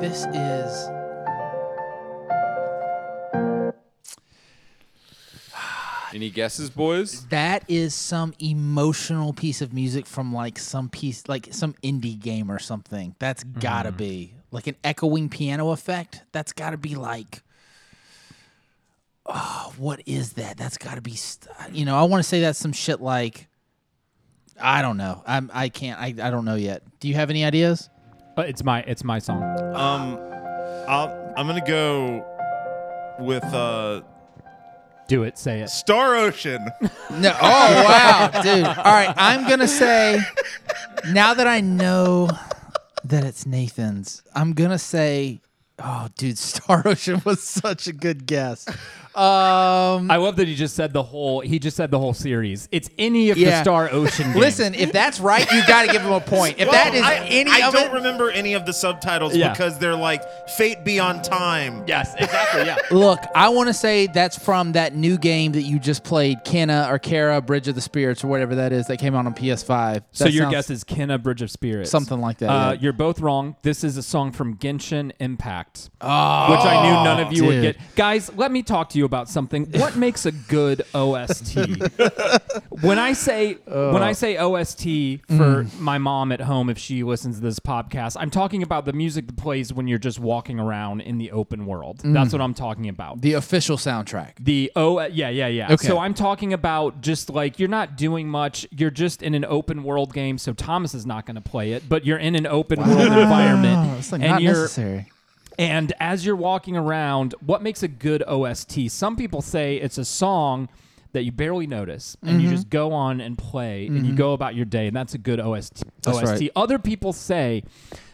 Speaker 2: This is
Speaker 1: Any guesses, boys?
Speaker 2: that is some emotional piece of music from like some piece like some indie game or something. That's gotta be like an echoing piano effect. That's gotta be like. Oh, what is that? That's got to be, st- you know. I want to say that's some shit like, I don't know. I'm I can't. I, I don't know yet. Do you have any ideas?
Speaker 4: Uh, it's my, it's my song.
Speaker 3: Um, I'll, I'm gonna go with uh,
Speaker 4: Do it. Say it.
Speaker 3: Star Ocean.
Speaker 2: No. Oh wow, dude. All right, I'm gonna say now that I know that it's Nathan's, I'm gonna say, oh, dude, Star Ocean was such a good guess. Um,
Speaker 4: I love that he just said the whole. He just said the whole series. It's any of
Speaker 2: Yeah.
Speaker 4: the Star Ocean. games.
Speaker 2: listen, if that's right, you got to give him a point. If that is
Speaker 3: I,
Speaker 2: any
Speaker 3: I
Speaker 2: of
Speaker 3: don't
Speaker 2: it,
Speaker 3: remember any of the subtitles
Speaker 4: Yeah.
Speaker 3: because they're like Fate Beyond Time.
Speaker 4: Yes, exactly. Yeah.
Speaker 2: look, I want to say that's from that new game that you just played, Kenna or Kara, Bridge of the Spirits, or whatever that is that came out on PS5. That
Speaker 4: so your
Speaker 2: sounds-
Speaker 4: guess is Kenna Bridge of Spirits.
Speaker 2: Something like that,
Speaker 4: Uh,
Speaker 2: yeah.
Speaker 4: You're both wrong. This is a song from Genshin Impact, which I knew none of you would
Speaker 2: Oh, dude.
Speaker 4: get. Guys, let me talk to you about something. What makes a good OST? when I say when
Speaker 2: Oh.
Speaker 4: I say OST for
Speaker 2: Mm.
Speaker 4: my mom at home, if she listens to this podcast, I'm talking about the music that plays when you're just walking around in the open world. That's what I'm talking about.
Speaker 2: Mm. the official soundtrack.
Speaker 4: The oh uh, yeah yeah yeah.
Speaker 2: Okay.
Speaker 4: So I'm talking about just like you're not doing much. You're just in an open world game. So Thomas is not going to play it, but you're in an open world environment,
Speaker 2: Oh, it's like
Speaker 4: and
Speaker 2: not
Speaker 4: you're
Speaker 2: necessary.
Speaker 4: and as you're walking around, what makes a good OST? Some people say it's a song that you barely notice and
Speaker 2: Mm-hmm.
Speaker 4: you just go on and play and you go about your day and that's a good OST. OST.
Speaker 2: right.
Speaker 4: Other people say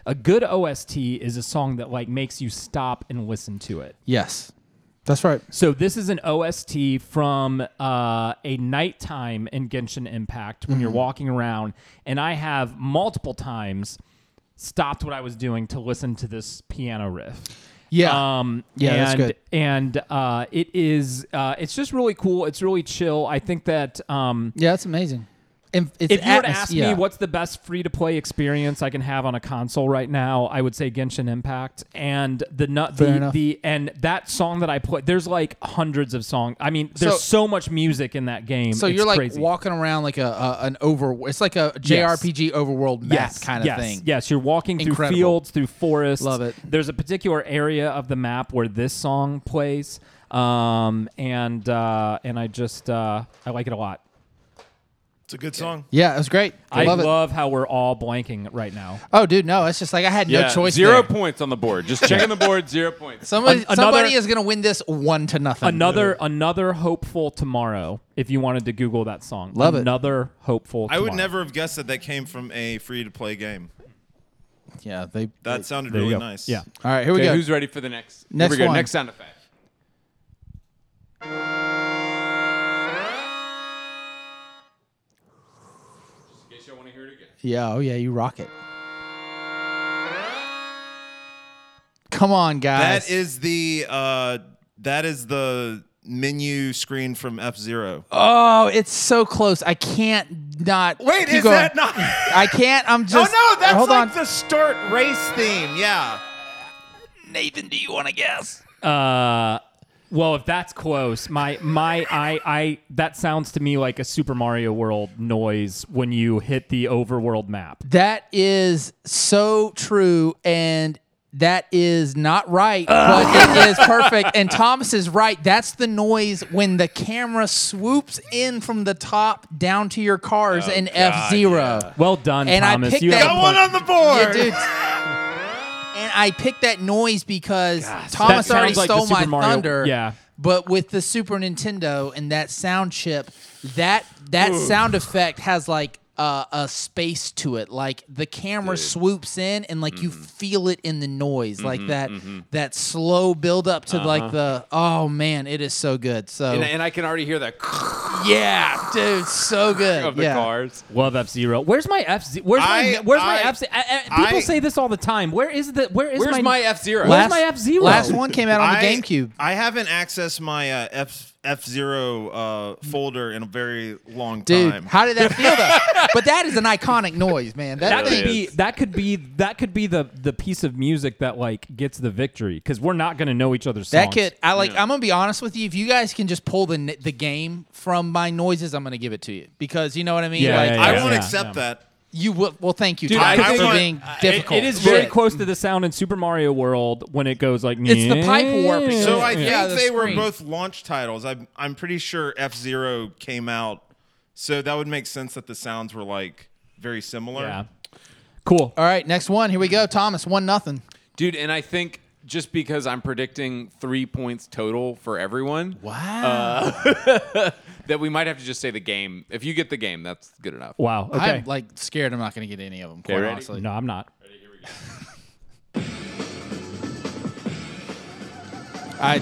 Speaker 4: a good OST is a song that like makes you stop and listen to it.
Speaker 2: Yes, that's right.
Speaker 4: So this is an OST from uh, a nighttime in Genshin Impact when you're
Speaker 2: Mm-hmm.
Speaker 4: walking around, and I have multiple times stopped what I was doing to listen to this piano riff.
Speaker 2: Yeah.
Speaker 4: Um,
Speaker 2: Ah. Yeah,
Speaker 4: and,
Speaker 2: that's good.
Speaker 4: And uh, it is. Uh, it's just really cool. It's really chill. I think that. Um,
Speaker 2: Yeah, that's amazing. And it's
Speaker 4: if you were to
Speaker 2: atmos-
Speaker 4: ask
Speaker 2: yeah.
Speaker 4: me what's the best free to play experience I can have on a console right now, I would say Genshin Impact and the nut
Speaker 2: Fair
Speaker 4: the,
Speaker 2: enough.
Speaker 4: the and that song that I play. There's like hundreds of songs. I mean, there's so,
Speaker 2: So-
Speaker 4: much music in that game.
Speaker 2: So
Speaker 4: It's
Speaker 2: you're like
Speaker 4: crazy.
Speaker 2: walking around like a, a an over. It's like a JRPG overworld map kind of
Speaker 4: yes,
Speaker 2: thing.
Speaker 4: Yes, you're walking through
Speaker 2: Incredible.
Speaker 4: fields, through forests.
Speaker 2: Love it.
Speaker 4: There's a particular area of the map where this song plays, um, and uh, and I just uh, I like it a lot.
Speaker 3: It's a good song.
Speaker 2: Yeah, it was great. I, love, it.
Speaker 4: how we're all blanking right now.
Speaker 2: Oh, dude, no, it's just like I had no
Speaker 1: Yeah,
Speaker 2: choice.
Speaker 1: zero
Speaker 2: there.
Speaker 1: points on the board. Just checking the board. Zero points.
Speaker 2: Somebody,
Speaker 4: An- another-
Speaker 2: somebody is gonna win this one to nothing.
Speaker 4: Another another hopeful tomorrow. If you wanted to Google that song,
Speaker 2: Love it.
Speaker 4: another hopeful.
Speaker 3: I would
Speaker 4: Tomorrow.
Speaker 3: never have guessed that that came from a free to play game.
Speaker 2: Yeah, they.
Speaker 3: That sounded
Speaker 4: There you go.
Speaker 3: really nice.
Speaker 4: Yeah.
Speaker 2: all right, here we
Speaker 1: Okay,
Speaker 2: go.
Speaker 1: who's ready for the next? here
Speaker 2: Next
Speaker 1: we go.
Speaker 2: one.
Speaker 1: Next sound effect. Just in case y'all want to hear it again.
Speaker 2: yeah, oh yeah, you rock it. Come on, guys.
Speaker 3: That is the uh, that is the menu screen from F Zero.
Speaker 2: oh, it's so close. I can't not. keep going.
Speaker 3: not?
Speaker 2: I can't. I'm
Speaker 3: oh
Speaker 2: just.
Speaker 3: no, that's
Speaker 2: hold
Speaker 3: like
Speaker 2: on.
Speaker 3: the start race theme. Yeah.
Speaker 2: Nathan, do you want to guess?
Speaker 4: Uh, well, if that's close, my my I I that sounds to me like a Super Mario World noise when you hit the overworld map.
Speaker 2: That is so true, and that is not right, but it is perfect. And Thomas is right. That's the noise when the camera swoops in from the top down to your cars in F Zero.
Speaker 4: Well done,
Speaker 2: And I
Speaker 4: Thomas.
Speaker 2: picked
Speaker 4: you
Speaker 2: that-
Speaker 4: have
Speaker 2: Got
Speaker 4: a
Speaker 3: Got one
Speaker 4: point.
Speaker 3: on the board.
Speaker 2: dude. And I picked that noise because Thomas
Speaker 4: That
Speaker 2: already
Speaker 4: sounds like the
Speaker 2: stole my
Speaker 4: Super Mario-
Speaker 2: thunder.
Speaker 4: yeah.
Speaker 2: But with the Super Nintendo and that sound chip, that that sound effect has like uh, a space to it. Like the camera swoops in and like
Speaker 1: Mm-hmm.
Speaker 2: you feel it in the noise, like that that slow build up to
Speaker 1: Uh-huh.
Speaker 2: like the oh man, it is so good. So
Speaker 1: And, and I can already hear that
Speaker 2: yeah, dude, so good.
Speaker 1: of the
Speaker 2: yeah.
Speaker 1: cars.
Speaker 4: Love F Zero. Where's my F Zero? Where's my
Speaker 3: I-
Speaker 4: Where's my
Speaker 3: I-
Speaker 4: F Zero? People
Speaker 3: I-
Speaker 4: say this all the time. Where is the Where is
Speaker 1: Where's my,
Speaker 4: my
Speaker 1: F Zero?
Speaker 4: Where's my F-Zero?
Speaker 2: Last one came out on the GameCube.
Speaker 3: I haven't accessed my uh, F F Zero uh, folder in a very long
Speaker 2: Dude,
Speaker 3: time.
Speaker 2: how did that feel though? but that is an iconic noise, man. That,
Speaker 4: that
Speaker 2: thing,
Speaker 4: could be that could be that could be the the piece of music that like gets the victory because we're not gonna know each other's
Speaker 2: that
Speaker 4: songs.
Speaker 2: could. I like. I'm gonna be honest with you. If you guys can just pull the n- the game from my noises, I'm gonna give it to you because you know what I mean.
Speaker 4: Yeah,
Speaker 2: like,
Speaker 4: yeah,
Speaker 3: I
Speaker 4: yeah.
Speaker 3: won't
Speaker 4: Yeah.
Speaker 3: accept
Speaker 4: Yeah.
Speaker 3: that.
Speaker 2: You will. Well, thank you,
Speaker 4: Dude,
Speaker 2: Todd,
Speaker 3: I- I
Speaker 2: for
Speaker 3: want-
Speaker 2: being
Speaker 3: I-
Speaker 2: difficult.
Speaker 4: It is very
Speaker 2: Shit.
Speaker 4: close to the sound in Super Mario World when it goes like.
Speaker 2: It's the pipe warping.
Speaker 3: So
Speaker 2: Yeah.
Speaker 3: I think
Speaker 2: Yeah, the
Speaker 3: they
Speaker 2: screen.
Speaker 3: were both launch titles. I'm I'm pretty sure F Zero came out, so that would make sense that the sounds were like very similar.
Speaker 4: Yeah. Cool.
Speaker 2: All right, next one. Here we go, Thomas. One nothing.
Speaker 1: Dude, and I think just because I'm predicting three points total for everyone, uh,
Speaker 2: Wow.
Speaker 1: that we might have to just say the game. If you get the game, that's good enough.
Speaker 4: Wow. Okay.
Speaker 2: I'm like scared. I'm not gonna get any of them. Quite
Speaker 1: ready?
Speaker 2: honestly.
Speaker 4: no, I'm not.
Speaker 2: I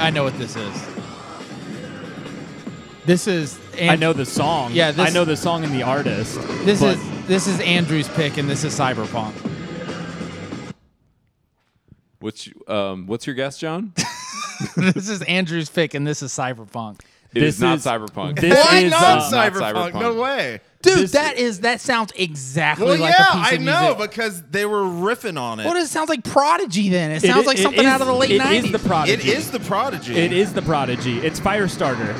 Speaker 2: I I know what this is. This is.
Speaker 4: I
Speaker 2: Andrew-
Speaker 4: know the song.
Speaker 2: Yeah, this-
Speaker 4: I know the song and the artist.
Speaker 2: This
Speaker 4: but-
Speaker 2: is this is Andrew's pick, and this is Cyberpunk.
Speaker 1: What's um, what's your guess, John? It
Speaker 2: this is Andrew's pick, and this is Cyberpunk.
Speaker 1: is
Speaker 4: This
Speaker 1: not
Speaker 4: is-
Speaker 1: cyberpunk.
Speaker 4: this
Speaker 3: Why
Speaker 4: is,
Speaker 3: not,
Speaker 4: uh,
Speaker 1: not
Speaker 3: cyberpunk?
Speaker 1: Cyberpunk.
Speaker 3: No way.
Speaker 2: Dude,
Speaker 4: This-
Speaker 2: that is that sounds exactly
Speaker 3: Well,
Speaker 2: like
Speaker 3: yeah,
Speaker 2: a piece
Speaker 3: I
Speaker 2: of
Speaker 3: know
Speaker 2: music.
Speaker 3: because they were riffing on it.
Speaker 2: Well, it sounds like Prodigy. Then it sounds
Speaker 4: It-
Speaker 2: like
Speaker 4: it
Speaker 2: something
Speaker 4: is-
Speaker 2: out of the late
Speaker 4: It is
Speaker 2: nineties.
Speaker 4: the
Speaker 3: it
Speaker 4: prodigy.
Speaker 3: is the Prodigy.
Speaker 4: It is the prodigy. It's Firestarter.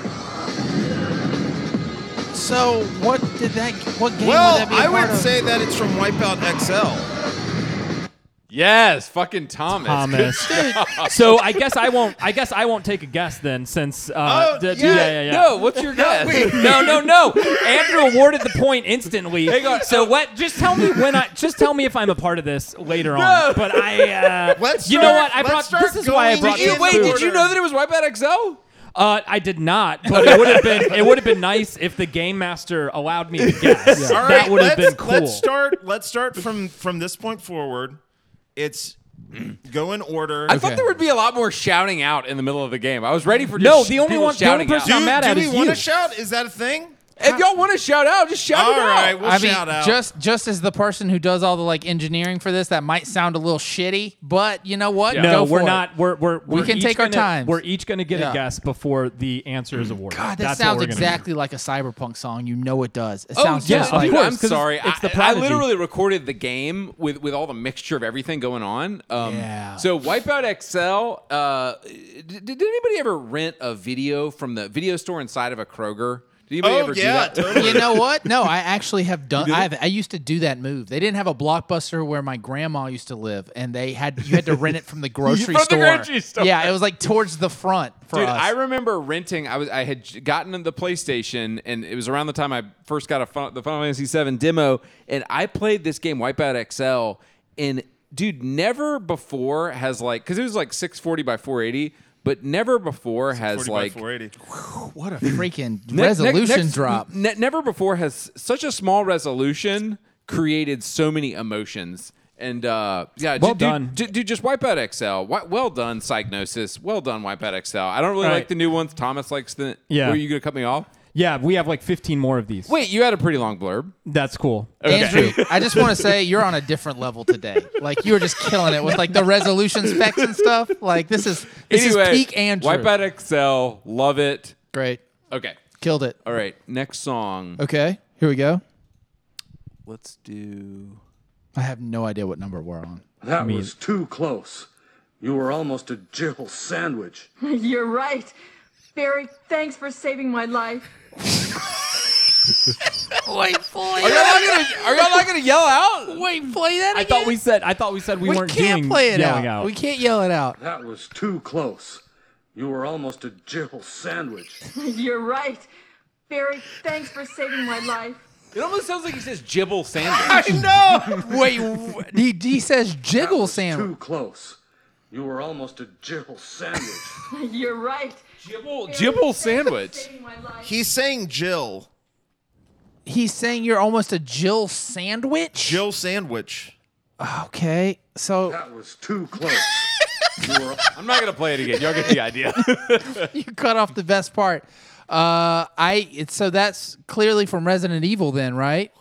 Speaker 2: so what did that? What game
Speaker 3: Well,
Speaker 2: would that be? a
Speaker 3: I
Speaker 2: part
Speaker 3: would
Speaker 2: of?
Speaker 3: say that it's from Wipeout XL.
Speaker 1: yes, fucking Thomas.
Speaker 4: Thomas. so I guess I won't. I guess I won't take a guess then, since uh,
Speaker 3: Oh,
Speaker 4: d- d-
Speaker 3: yeah,
Speaker 4: yeah, yeah, yeah.
Speaker 1: No, what's your guess?
Speaker 4: no, no, no. Andrew awarded the point instantly. So what? Just tell me when I. Just tell me if I'm a part of this later on. But I. Uh,
Speaker 3: Let's
Speaker 4: You know
Speaker 3: start-
Speaker 4: what? I
Speaker 3: let's
Speaker 4: brought.
Speaker 3: start
Speaker 4: This is why I
Speaker 3: going
Speaker 4: brought.
Speaker 3: in
Speaker 4: this
Speaker 1: Wait,
Speaker 4: food.
Speaker 1: did you know that it was Wipeout XL?
Speaker 4: Uh, I did not, but it would have been it would have been nice if the game master allowed me to guess.
Speaker 3: All right,
Speaker 4: that would have
Speaker 3: let's-
Speaker 4: been cool.
Speaker 3: Let's start. Let's start from from this point forward. It's go in order.
Speaker 1: I thought there would be a lot more shouting out in the middle of the game. I was ready for just
Speaker 4: No, the only
Speaker 1: people
Speaker 4: one- the only
Speaker 1: shouting out.
Speaker 4: person
Speaker 3: do
Speaker 4: I'm mad
Speaker 3: do
Speaker 4: at
Speaker 3: we
Speaker 4: is
Speaker 3: want
Speaker 4: you.
Speaker 3: to shout? Is that a thing?
Speaker 1: If y'all want to shout out, just shout
Speaker 3: All
Speaker 1: it out.
Speaker 3: right, we'll
Speaker 2: I mean,
Speaker 3: shout out.
Speaker 2: just just as the person who does all the like engineering for this, that might sound a little shitty, but you know what?
Speaker 4: No,
Speaker 2: Go
Speaker 4: we're
Speaker 2: for it.
Speaker 4: not. We're we're, we're
Speaker 2: can
Speaker 4: each
Speaker 2: take our
Speaker 4: gonna-
Speaker 2: times.
Speaker 4: We're each going to get
Speaker 2: Yeah.
Speaker 4: a guess before the answer is awarded.
Speaker 2: God, that
Speaker 4: That's what
Speaker 2: sounds
Speaker 4: we're gonna do.
Speaker 2: exactly like a cyberpunk song. You know it does. It
Speaker 1: Oh,
Speaker 2: sounds
Speaker 1: yeah,
Speaker 2: just
Speaker 1: of
Speaker 2: like
Speaker 1: course,
Speaker 4: course,
Speaker 1: I'm
Speaker 4: 'cause it's-
Speaker 1: sorry.
Speaker 4: it's the
Speaker 1: I- I,
Speaker 4: Prodigy.
Speaker 1: literally recorded the game with, with all the mixture of everything going on. Um,
Speaker 2: Yeah.
Speaker 1: So Wipeout XL. Uh, d- did, anybody ever rent a video from the video store inside of a Kroger? Did anybody
Speaker 3: Oh,
Speaker 1: ever
Speaker 3: yeah,
Speaker 1: do that?
Speaker 3: totally.
Speaker 2: you know what? No, I actually have done. I have, I used to do that move. They didn't have a blockbuster where my grandma used to live, and they had you had to rent it from the grocery
Speaker 1: From the
Speaker 2: store.
Speaker 1: grocery store.
Speaker 2: Yeah, it was like towards the front for
Speaker 1: Dude,
Speaker 2: us.
Speaker 1: I remember renting. I was I had j- gotten the PlayStation, and it was around the time I first got a fun, the Final Fantasy VII demo, and I played this game Wipeout XL. And dude, never before has like because it was like 640 by 480, but never before has
Speaker 3: 40 by
Speaker 1: like
Speaker 3: 480.
Speaker 2: what a freaking
Speaker 1: Ne- ne-
Speaker 2: resolution
Speaker 1: next-
Speaker 2: drop.
Speaker 1: ne- never before has such a small resolution created so many emotions. And uh, yeah,
Speaker 4: Well
Speaker 1: dude,
Speaker 4: done.
Speaker 1: dude, dude, just wipe out Excel. Wi- well done, Psygnosis. Well done, wipe out Excel. I don't really
Speaker 4: Right.
Speaker 1: like the new ones. Thomas likes the.
Speaker 4: Yeah.
Speaker 1: Were you gonna cut me off?
Speaker 4: Yeah, we have like 15 more of these.
Speaker 1: Wait, you had a pretty long blurb.
Speaker 4: That's cool.
Speaker 2: Andrew, I just want to say you're on a different level today. Like you were just killing it with like the resolution specs and stuff. Like this is this
Speaker 1: anyway,
Speaker 2: is peak Andrew.
Speaker 1: wipe out Excel. Love it.
Speaker 2: Great,
Speaker 1: Okay.
Speaker 2: killed it.
Speaker 1: All right. Next song.
Speaker 2: Okay, here we go.
Speaker 1: Let's do.
Speaker 2: I have no idea what number we're on.
Speaker 5: That was too close. You were almost a Jill sandwich.
Speaker 6: You're right. Barry, thanks for saving my life.
Speaker 1: Are y'all not gonna, are y'all not gonna yell out?
Speaker 2: Wait, play that
Speaker 4: I thought we said I thought we said we,
Speaker 2: we
Speaker 4: weren't
Speaker 2: can't
Speaker 4: doing
Speaker 2: play it out.
Speaker 4: yelling out.
Speaker 2: We can't yell it out.
Speaker 5: That was too close. You were almost a Jill sandwich.
Speaker 6: You're right. Barry, thanks for saving my life.
Speaker 1: It almost sounds like he says "jibble sandwich."
Speaker 2: Wait, wh- he, he says
Speaker 5: That
Speaker 2: jiggle
Speaker 5: was
Speaker 2: sandwich.
Speaker 5: Too close. You were almost a Jill sandwich.
Speaker 6: You're right.
Speaker 1: jibble,
Speaker 6: Barry,
Speaker 1: jibble
Speaker 6: thanks for
Speaker 1: sandwich.
Speaker 6: saving my life.
Speaker 3: He's saying Jill.
Speaker 2: He's saying you're almost a Jill sandwich.
Speaker 3: Jill sandwich.
Speaker 2: Okay, so
Speaker 5: That was too close. You were
Speaker 1: I'm not gonna play it again. Y'all get the idea.
Speaker 2: you cut off the best part. Uh, I it's so that's clearly from Resident Evil, then, right?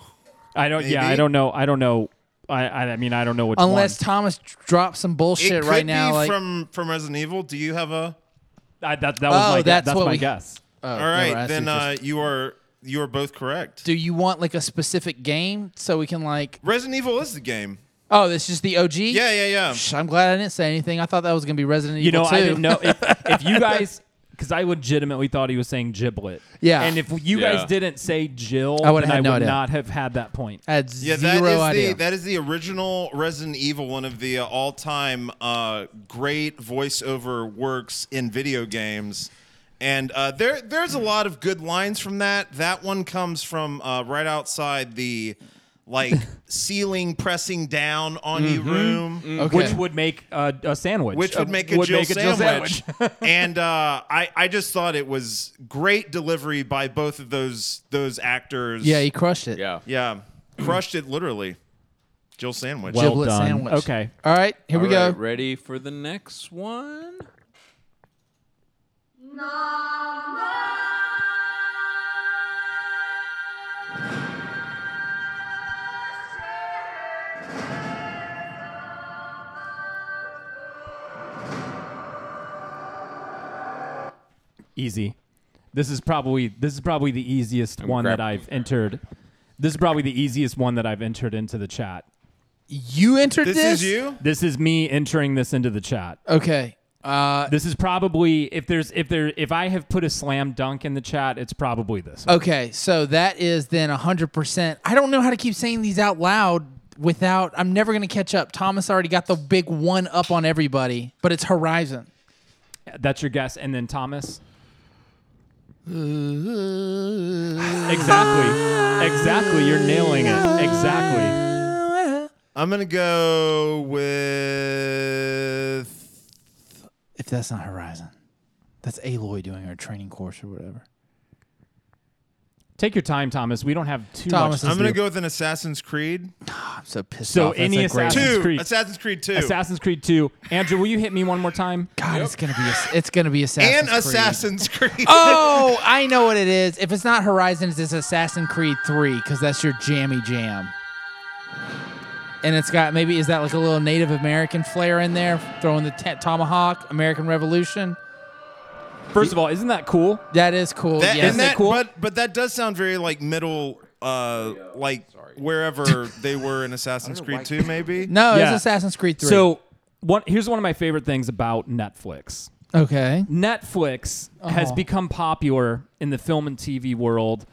Speaker 4: I don't. Yeah,
Speaker 3: Maybe.
Speaker 4: I don't know. I don't know. I I, I mean I don't know which
Speaker 2: Unless
Speaker 4: one.
Speaker 2: Thomas d- drops some bullshit
Speaker 3: it could
Speaker 2: right now,
Speaker 3: be
Speaker 2: like
Speaker 3: from from Resident Evil. Do you have a?
Speaker 4: I, that that was
Speaker 2: Oh,
Speaker 4: my
Speaker 2: that's
Speaker 4: that's, that's
Speaker 2: what
Speaker 4: my
Speaker 2: we-
Speaker 4: guess.
Speaker 3: All
Speaker 2: Oh, never
Speaker 3: right,
Speaker 2: asked
Speaker 3: then
Speaker 2: you
Speaker 3: uh, you are you are both correct.
Speaker 2: do you want like a specific game so we can like?
Speaker 3: Resident Evil is the game.
Speaker 2: Oh, this is the OG.
Speaker 3: Yeah, yeah, yeah.
Speaker 2: Psh, I'm glad I didn't say anything. I thought that was gonna be Resident
Speaker 4: You
Speaker 2: Evil
Speaker 4: know,
Speaker 2: too.
Speaker 4: I didn't know if, if you guys because I legitimately thought he was saying giblet.
Speaker 2: Yeah.
Speaker 4: And if you
Speaker 1: Yeah.
Speaker 4: guys didn't say Jill,
Speaker 2: I would've
Speaker 4: then
Speaker 2: had no
Speaker 4: I would
Speaker 2: idea.
Speaker 4: not have had that point.
Speaker 2: I had
Speaker 3: Yeah, that
Speaker 2: zero
Speaker 3: is
Speaker 2: idea.
Speaker 3: the that is the original Resident Evil, one of the uh, all-time uh, great voiceover works in video games, and uh, there there's a lot of good lines from that. That one comes from uh, right outside the like ceiling pressing down on you
Speaker 2: Mm-hmm.
Speaker 3: room.
Speaker 2: okay.
Speaker 4: Which would make uh, a sandwich.
Speaker 3: Which would
Speaker 4: Uh,
Speaker 3: make a, Jill, sandwich.
Speaker 4: sandwich.
Speaker 3: and uh, I, I just thought it was great delivery by both of those those actors.
Speaker 2: yeah, he crushed it.
Speaker 1: yeah.
Speaker 3: yeah, crushed it literally. Jill sandwich.
Speaker 4: Well
Speaker 2: Giblet
Speaker 4: done.
Speaker 2: sandwich.
Speaker 4: Okay.
Speaker 2: All right, here we go.
Speaker 1: Ready for the next one?
Speaker 4: Easy. This is probably this is probably the easiest one
Speaker 1: grab-
Speaker 4: that I've entered. This is probably the easiest one that I've entered into the chat.
Speaker 2: You entered
Speaker 3: this,
Speaker 2: this.
Speaker 3: is you.
Speaker 4: This is me entering this into the chat.
Speaker 2: Okay. Uh,
Speaker 4: This is probably if there's if there if I have put a slam dunk in the chat, it's probably this. one.
Speaker 2: okay. So that is then 100%. I don't know how to keep saying these out loud without. I'm never going to catch up. Thomas already got the big one up on everybody, but it's Horizon.
Speaker 4: That's your guess, and then Thomas. exactly, exactly. You're nailing it. Exactly.
Speaker 3: I'm gonna go with
Speaker 2: If that's not Horizon, that's Aloy doing her training course or whatever.
Speaker 4: Take your time, Thomas. We don't have too
Speaker 2: Thomas
Speaker 4: much.
Speaker 2: is-
Speaker 4: time.
Speaker 3: I'm gonna go with an Assassin's Creed
Speaker 2: I'm so pissed
Speaker 4: So
Speaker 2: off. That's
Speaker 4: any
Speaker 2: a great-
Speaker 4: assassin-
Speaker 3: two.
Speaker 4: Assassin's Creed.
Speaker 3: Assassin's Creed two.
Speaker 4: Assassin's Creed 2. Andrew, will you hit me one more time?
Speaker 2: God, it's gonna be a, it's gonna be Assassin's
Speaker 3: and
Speaker 2: Creed.
Speaker 3: Assassin's Creed.
Speaker 2: Oh, I know what it is. If it's not Horizons, it's Assassin's Creed Three because that's your jammy jam. And it's got maybe is that like a little Native American flair in there, throwing the ta- tomahawk, American Revolution.
Speaker 4: First of all, isn't that cool?
Speaker 2: That is cool.
Speaker 3: That,
Speaker 2: yes.
Speaker 3: and that,
Speaker 4: cool?
Speaker 3: But but that does sound very like middle, uh, like wherever they were in Assassin's Creed Two, maybe.
Speaker 2: no,
Speaker 4: Yeah.
Speaker 2: it's Assassin's Creed Three.
Speaker 4: So, one here's one of my favorite things about Netflix.
Speaker 2: okay,
Speaker 4: Netflix
Speaker 2: Uh-huh.
Speaker 4: has become popular in the film and TV world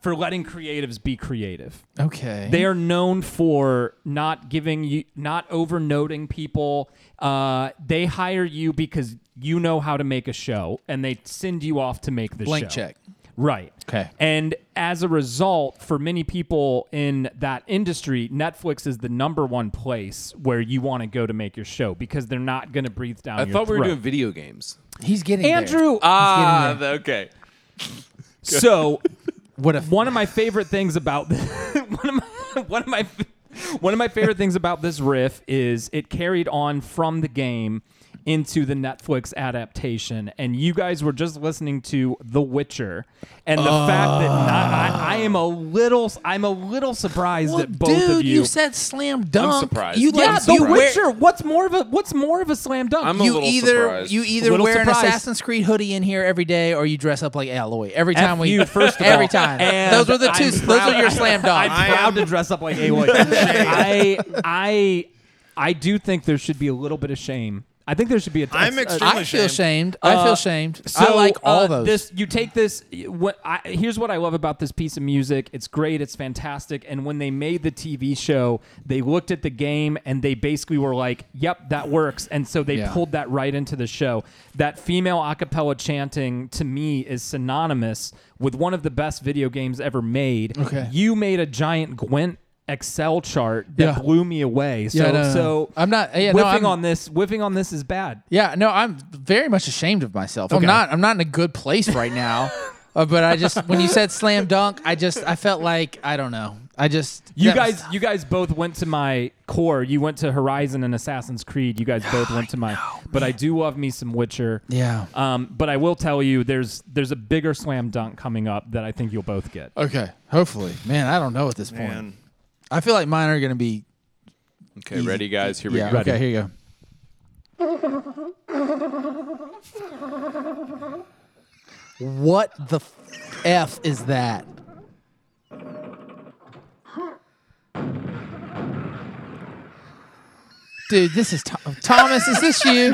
Speaker 4: for letting creatives be creative.
Speaker 2: okay,
Speaker 4: They are known for not giving you, not overnoting people. Uh, they hire you because you know how to make a show, and they send you off to make the
Speaker 2: blank
Speaker 4: show.
Speaker 2: check.
Speaker 4: Right.
Speaker 2: Okay.
Speaker 4: And as a result, for many people in that industry, Netflix is the number one place where you want to go to make your show because they're not going to breathe down
Speaker 1: I
Speaker 4: your
Speaker 1: thought we were
Speaker 4: throat.
Speaker 1: doing video games.
Speaker 2: He's getting there.
Speaker 4: Andrew,
Speaker 1: Ah, the- okay.
Speaker 4: so
Speaker 2: What a
Speaker 4: one of my favorite things about one of my one of my one of my favorite things about this riff is it carried on from the game into the Netflix adaptation, and you guys were just listening to The Witcher, and the fact that
Speaker 2: Ah.
Speaker 4: not, I, I am a little I'm a little surprised
Speaker 2: Well,
Speaker 4: that both
Speaker 2: dude,
Speaker 4: of you.
Speaker 2: said slam dunk.
Speaker 1: surprised.
Speaker 2: You
Speaker 1: Yeah,
Speaker 4: yeah,
Speaker 2: like
Speaker 1: I'm
Speaker 4: The
Speaker 2: you
Speaker 1: surprised.
Speaker 2: wear,
Speaker 4: Witcher. What's more of a what's more of a slam dunk?
Speaker 1: I'm a
Speaker 2: you
Speaker 1: little
Speaker 2: either
Speaker 1: surprised.
Speaker 2: you either
Speaker 4: Little
Speaker 2: wear
Speaker 4: surprised.
Speaker 2: an Assassin's Creed hoodie in here every day, or you dress up like Alloy every
Speaker 4: F
Speaker 2: time we.
Speaker 4: you, first of
Speaker 2: every
Speaker 4: all.
Speaker 2: time.
Speaker 4: And
Speaker 2: those were the 2
Speaker 4: I'm
Speaker 2: those
Speaker 4: proud-
Speaker 2: are your slam
Speaker 4: I'm
Speaker 2: dunks.
Speaker 4: proud to dress up like Aloy. I I I do think there should be a little bit of shame. I think there should be a.
Speaker 3: I'm
Speaker 4: a-
Speaker 3: extremely
Speaker 2: I feel
Speaker 3: shamed.
Speaker 2: shamed. I feel shamed. I
Speaker 4: Uh, so,
Speaker 2: like all
Speaker 4: uh,
Speaker 2: those.
Speaker 4: This you take this. What I, here's what I love about this piece of music. It's great. It's fantastic. And when they made the TV show, they looked at the game and they basically were like, "Yep, that works." And so they
Speaker 2: Yeah.
Speaker 4: pulled that right into the show. That female a cappella chanting to me is synonymous with one of the best video games ever made.
Speaker 2: Okay.
Speaker 4: you made a giant Gwent. Excel chart that
Speaker 2: Yeah.
Speaker 4: blew me away. So,
Speaker 2: Yeah, no, no, no.
Speaker 4: so
Speaker 2: I'm not- yeah, no,
Speaker 4: whiffing
Speaker 2: I'm-
Speaker 4: on this. Whiffing on this is bad.
Speaker 2: yeah, no, I'm very much ashamed of myself.
Speaker 4: Okay.
Speaker 2: I'm not. I'm not in a good place right now. uh, but I just when you said slam dunk, I just I felt like I don't know. I just
Speaker 4: You
Speaker 2: that was-
Speaker 4: guys, you guys both went to my core. You went to Horizon and Assassin's Creed. You guys both went to my. but I do love me some Witcher.
Speaker 2: Yeah.
Speaker 4: Um, but I will tell you, there's there's a bigger slam dunk coming up that I think you'll both get.
Speaker 2: Okay, hopefully, man. I don't know at this point.
Speaker 3: Man.
Speaker 2: I feel like mine are gonna be.
Speaker 1: Okay, ready, guys? Here we
Speaker 2: Yeah.
Speaker 1: go.
Speaker 2: Okay. Here you go. what the f-, f is that? Dude, this is Tom- Thomas. Is this you?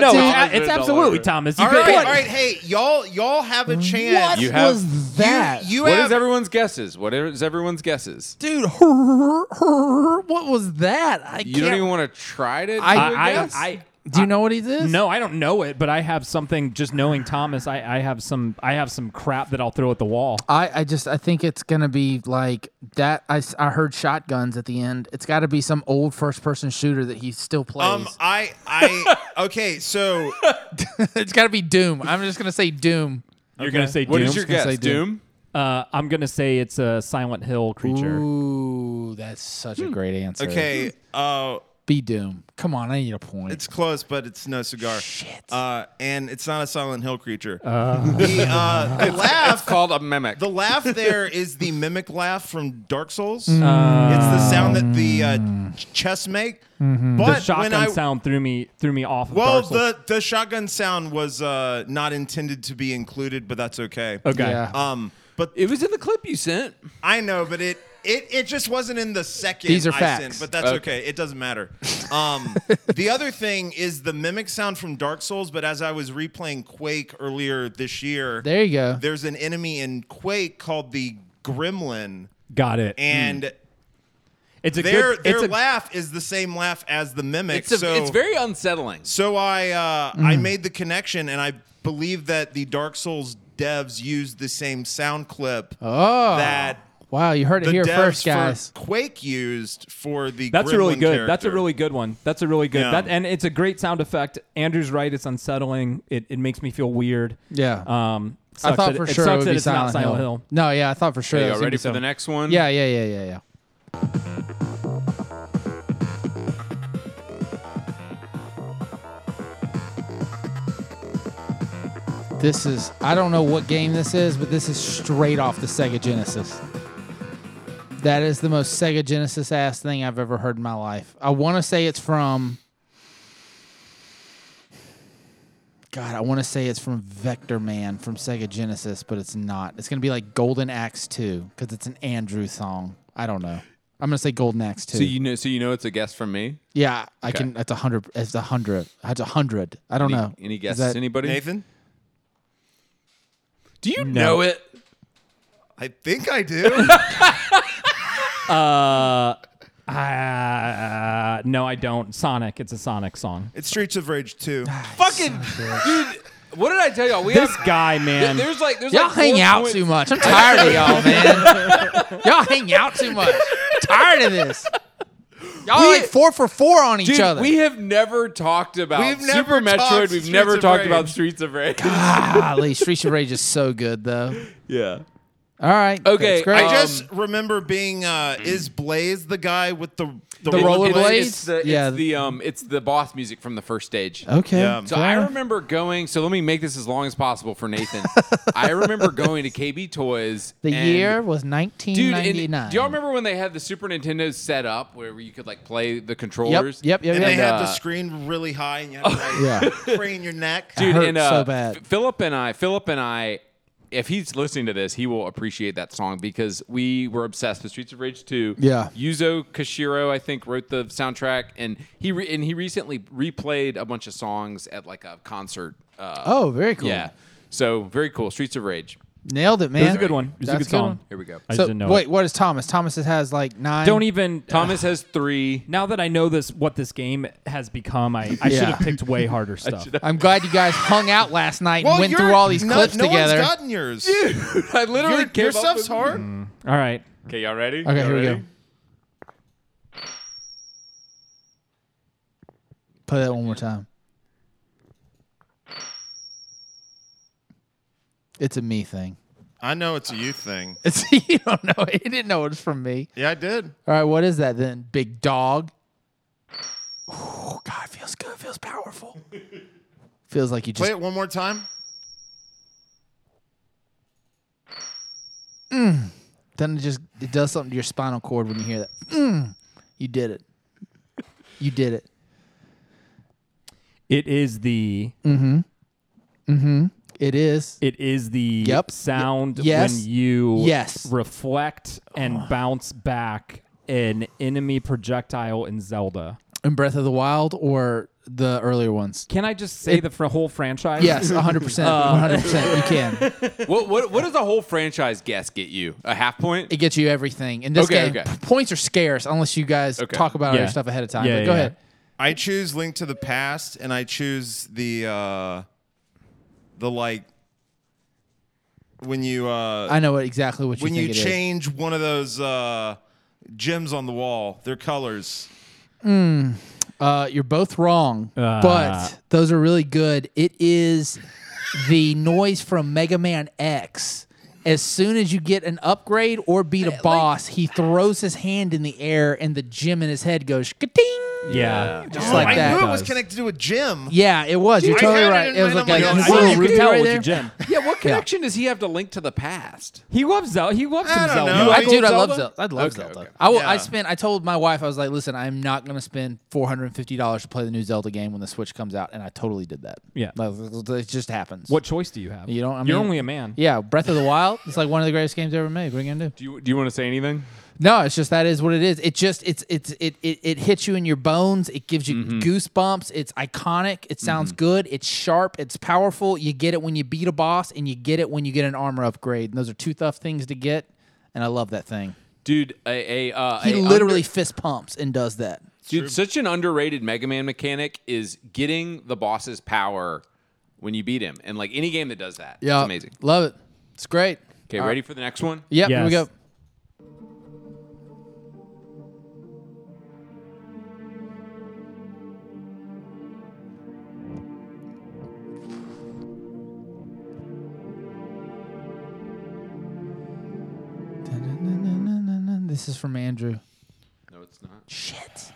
Speaker 2: got
Speaker 4: no,
Speaker 2: two.
Speaker 4: it's, it's
Speaker 1: Hundred dollar.
Speaker 4: absolutely Thomas. You
Speaker 3: All
Speaker 4: could-
Speaker 3: right, all
Speaker 4: what?
Speaker 3: right. Hey, y'all, y'all have a
Speaker 2: What
Speaker 3: chance.
Speaker 1: You have-
Speaker 2: was that?
Speaker 3: You
Speaker 1: What
Speaker 3: have
Speaker 1: is everyone's guesses? What is everyone's guesses?
Speaker 2: dude, what was that? I
Speaker 1: You
Speaker 2: can't.
Speaker 1: don't even want to try to. do
Speaker 2: I-
Speaker 1: a
Speaker 4: I, I,
Speaker 1: guess?
Speaker 4: I,
Speaker 2: Do you know what he did?
Speaker 4: no, I don't know it, but I have something. Just knowing Thomas, I, I have some, I have some crap that I'll throw at the wall.
Speaker 2: I, I just I think it's gonna be like that. I, s- I heard shotguns at the end. It's got to be some old first person shooter that he still plays.
Speaker 3: um, I, I, okay, so
Speaker 2: it's got to be Doom. I'm just gonna say Doom.
Speaker 4: You're gonna say
Speaker 1: what
Speaker 4: Doom?
Speaker 1: is your
Speaker 2: I was gonna
Speaker 1: guess?
Speaker 2: say Doom.
Speaker 1: Doom.
Speaker 4: uh, I'm gonna say it's a Silent Hill creature.
Speaker 2: Ooh, that's such a great answer.
Speaker 3: Hmm. okay, uh,
Speaker 2: be Doom. Come on, I need a point.
Speaker 3: it's close, but it's no cigar. Shit. Uh, and it's not a Silent Hill creature. the uh, the laugh,
Speaker 1: Called a mimic.
Speaker 3: the laugh there is the mimic laugh from Dark Souls.
Speaker 4: Mm.
Speaker 3: it's the sound that the uh, ch- chests make. But
Speaker 4: Mm-hmm. the shotgun
Speaker 3: when I,
Speaker 4: sound threw me threw me off. Of
Speaker 3: Well,
Speaker 4: Dark Souls.
Speaker 3: the, the shotgun sound was uh, not intended to be included, but that's okay.
Speaker 4: okay.
Speaker 2: Yeah.
Speaker 3: Um, but
Speaker 1: it was in the clip you sent.
Speaker 3: I know, but it it it just wasn't in the second.
Speaker 2: These are
Speaker 3: I
Speaker 2: facts.
Speaker 3: sent, but that's okay. It doesn't matter. Um, the other thing is the mimic sound from Dark Souls. But as I was replaying Quake earlier this year,
Speaker 2: there you go.
Speaker 3: there's an enemy in Quake called the Gremlin,
Speaker 4: Got it.
Speaker 3: and
Speaker 4: it's a
Speaker 3: their
Speaker 4: good.
Speaker 3: their
Speaker 4: it's a,
Speaker 3: laugh is the same laugh as the mimic.
Speaker 1: It's a,
Speaker 3: so
Speaker 1: it's very unsettling.
Speaker 3: So I uh, I made the connection, and I believe that the Dark Souls devs used the same sound clip
Speaker 2: Oh.
Speaker 3: that
Speaker 2: wow, you heard it
Speaker 3: the
Speaker 2: here
Speaker 3: devs
Speaker 2: first, guys.
Speaker 3: for Quake used for the.
Speaker 4: that's really
Speaker 3: Gremlin
Speaker 4: good. That's a
Speaker 3: character.
Speaker 4: really good one. That's a really good.
Speaker 3: Yeah.
Speaker 4: That and it's a great sound effect. Andrew's right. It's unsettling. It, it makes me feel weird.
Speaker 2: Yeah.
Speaker 4: Um.
Speaker 2: I
Speaker 4: Sucks
Speaker 2: thought
Speaker 4: that-
Speaker 2: for
Speaker 4: it
Speaker 2: sure
Speaker 4: sucks
Speaker 2: would
Speaker 4: that
Speaker 2: be
Speaker 4: it's not Silent Hill.
Speaker 2: No, yeah, I thought for sure.
Speaker 1: Hey, y'all
Speaker 2: that was gonna
Speaker 1: ready
Speaker 2: be
Speaker 1: for the
Speaker 2: Silent-
Speaker 1: next one?
Speaker 2: Yeah, yeah, yeah, yeah, yeah. This is I don't know what game this is, but this is straight off the Sega Genesis. That is the most Sega Genesis ass thing I've ever heard in my life. I want to say it's from God, I want to say it's from Vector Man from Sega Genesis, but it's not. It's going to be like Golden Axe 2 because it's an Andrew song. I don't know. I'm going to say Golden Axe 2.
Speaker 1: So you know, so you know, it's a guess from me.
Speaker 2: yeah, I can. That's a 100. It's a 100. That's a 100. I don't
Speaker 1: Any,
Speaker 2: know.
Speaker 1: any
Speaker 2: Is
Speaker 1: guesses?
Speaker 2: that-
Speaker 1: Anybody?
Speaker 3: Nathan,
Speaker 1: Do you know it?
Speaker 3: I think I do.
Speaker 4: Uh, no, I don't. Sonic. It's a Sonic song.
Speaker 3: it's Streets of Rage 2.
Speaker 1: Fucking dude! What did I tell y'all? We
Speaker 4: This
Speaker 1: have,
Speaker 4: guy, man.
Speaker 1: There's like there's
Speaker 2: Y'all
Speaker 1: like
Speaker 2: hang
Speaker 1: four
Speaker 2: out
Speaker 1: points-
Speaker 2: too much. I'm tired of y'all, man. y'all hang out too much. tired of this. Y'all are
Speaker 1: We-
Speaker 2: like four for four on each
Speaker 1: Dude,
Speaker 2: other.
Speaker 1: we have never talked about
Speaker 3: We've
Speaker 1: Super
Speaker 3: never talked
Speaker 1: Metroid. We've
Speaker 3: Streets
Speaker 1: never
Speaker 3: of
Speaker 1: talked
Speaker 3: Rage.
Speaker 1: about Streets of Rage.
Speaker 2: Golly, Streets of Rage is so good, though.
Speaker 1: yeah.
Speaker 2: All right.
Speaker 1: Okay,
Speaker 2: That's great.
Speaker 1: I
Speaker 3: I just remember being uh, is Blaze the guy with the the,
Speaker 2: The
Speaker 3: roller
Speaker 2: roller
Speaker 1: It's-
Speaker 2: blade?
Speaker 3: blade?
Speaker 1: It's the,
Speaker 2: Yeah.
Speaker 1: it's the um it's the boss music from the first stage.
Speaker 2: okay.
Speaker 3: Yeah.
Speaker 1: So I
Speaker 2: fair.
Speaker 1: remember going. So let me make this as long as possible for Nathan. I remember going to KB Toys.
Speaker 2: The
Speaker 1: and-
Speaker 2: year was
Speaker 1: Dude,
Speaker 2: 1999.
Speaker 1: and, do y'all remember when they had the Super Nintendo set up where you could like play the controllers?
Speaker 2: yep, yep,
Speaker 3: And they
Speaker 2: And,
Speaker 3: had the
Speaker 1: uh,
Speaker 3: screen really high and you had to like crane your neck.
Speaker 1: dude,
Speaker 2: hurt
Speaker 1: and, uh,
Speaker 2: so bad.
Speaker 1: F- Philip and I, Philip and I, if he's listening to this, he will appreciate that song because we were obsessed with Streets of Rage 2.
Speaker 2: Yeah.
Speaker 1: Yuzo Koshiro, I think, wrote the soundtrack, and he re- and he recently replayed a bunch of songs at like a concert. Uh,
Speaker 2: Oh, very cool.
Speaker 1: yeah. So very cool. Streets of Rage.
Speaker 2: Nailed it, man.
Speaker 4: it was a good one. It was
Speaker 2: That's
Speaker 4: a good song.
Speaker 1: Here we go.
Speaker 4: I
Speaker 2: So,
Speaker 4: just didn't know.
Speaker 2: wait,
Speaker 4: it.
Speaker 2: what is Thomas? Thomas has like nine.
Speaker 4: Don't even. uh,
Speaker 1: Thomas has three.
Speaker 4: now that I know this, what this game has become, I, I
Speaker 2: Yeah.
Speaker 4: should have picked way harder stuff.
Speaker 2: I'm glad you guys hung out last night and went
Speaker 3: you're-
Speaker 2: through all these
Speaker 3: no-
Speaker 2: clips
Speaker 3: no
Speaker 2: together.
Speaker 3: one's gotten yours.
Speaker 1: I literally
Speaker 3: Your, your stuff's hard.
Speaker 2: Mm.
Speaker 4: All right.
Speaker 1: Okay, y'all ready?
Speaker 2: okay,
Speaker 1: Y'all
Speaker 2: here we
Speaker 1: ready?
Speaker 2: go. Play that one more time. It's a me thing.
Speaker 3: I know it's a you thing.
Speaker 2: It's you don't know. He didn't know it was from me.
Speaker 3: Yeah, I did.
Speaker 2: All right, what is that then? Big dog. Oh God, feels good. Feels powerful. feels like you
Speaker 3: Play
Speaker 2: just
Speaker 3: it one more time.
Speaker 2: doesn't it just it does something to your spinal cord when you hear that. Mm, you did it. You did it.
Speaker 4: It is the
Speaker 2: It is.
Speaker 4: It is the
Speaker 2: Yep.
Speaker 4: sound
Speaker 2: Y- yes.
Speaker 4: when you
Speaker 2: Yes.
Speaker 4: reflect and bounce back an enemy projectile in Zelda.
Speaker 2: In Breath of the Wild or the earlier ones.
Speaker 4: Can I just say the fr- whole franchise?
Speaker 2: Yes, 100%. 100%. You can.
Speaker 1: What, what, what does a whole franchise guess get you? A half point?
Speaker 2: It gets you everything. In this
Speaker 1: Okay,
Speaker 2: game,
Speaker 1: okay.
Speaker 2: p- points are scarce unless you guys
Speaker 1: Okay.
Speaker 2: talk about
Speaker 4: Yeah.
Speaker 2: other stuff ahead of time.
Speaker 4: Yeah,
Speaker 2: but
Speaker 4: yeah,
Speaker 2: go
Speaker 4: yeah.
Speaker 2: ahead.
Speaker 3: I choose Link to the Past, and I choose the uh the like when you uh
Speaker 2: I know exactly what you
Speaker 3: when
Speaker 2: think
Speaker 3: you
Speaker 2: it is.
Speaker 3: change one of those uh gems on the wall, their colors.
Speaker 2: Uh, you're both wrong, but those are really good. It is the noise from Mega Man X. As soon as you get an upgrade or beat a boss, he throws his hand in the air and the gem in his head goes ka-ting.
Speaker 4: Yeah.
Speaker 2: Just like
Speaker 3: I
Speaker 2: that.
Speaker 3: knew it was
Speaker 4: does.
Speaker 3: connected to a gem.
Speaker 2: Yeah, it was. You're
Speaker 3: I
Speaker 2: totally
Speaker 3: had it
Speaker 2: right.
Speaker 3: in
Speaker 2: It was
Speaker 3: my
Speaker 2: like a
Speaker 3: mind.
Speaker 2: his
Speaker 3: I
Speaker 2: little
Speaker 4: you
Speaker 2: root
Speaker 4: can tell
Speaker 2: right
Speaker 4: with your
Speaker 2: there.
Speaker 4: gem.
Speaker 1: Yeah, what connection does he have to link to the past?
Speaker 4: He loves Zelda. He loves
Speaker 3: I
Speaker 4: some
Speaker 3: don't
Speaker 4: Zelda.
Speaker 3: know.
Speaker 2: I,
Speaker 4: You like
Speaker 2: dude,
Speaker 4: old
Speaker 2: I love
Speaker 4: Oh, Zelda?
Speaker 2: Zelda. I love
Speaker 1: Okay,
Speaker 2: Zelda.
Speaker 1: okay.
Speaker 2: I will, I
Speaker 3: Yeah.
Speaker 2: spent. I told my wife, I was like, "Listen, I'm not going to spend four hundred and fifty dollars to play the new Zelda game when the Switch comes out," and I totally did that.
Speaker 4: Yeah.
Speaker 2: Like, it just happens.
Speaker 4: What choice do you have?
Speaker 2: You don't. I mean,
Speaker 4: You're only a man.
Speaker 2: Yeah, Breath of the Wild. It's like one of the greatest games ever made. What are you gonna do?
Speaker 1: Do you, do you want to say anything?
Speaker 2: No, it's just that is what it is. It just it's it's it it, it hits you in your bones. It gives you goosebumps. It's iconic. It sounds good. It's sharp. It's powerful. You get it when you beat a boss, and you get it when you get an armor upgrade. And those are two tough things to get. And I love that thing.
Speaker 1: Dude, a, a, uh,
Speaker 2: He
Speaker 1: a
Speaker 2: literally
Speaker 1: under-
Speaker 2: fist pumps and does that.
Speaker 1: dude, such an underrated Mega Man mechanic is getting the boss's power when you beat him, and like any game that does that, it's amazing.
Speaker 2: Love it. It's great.
Speaker 1: Okay, ready for the next one?
Speaker 2: Yep. Here we
Speaker 4: Yes.
Speaker 2: go. This is from Andrew.
Speaker 1: No, it's not.
Speaker 2: Shit.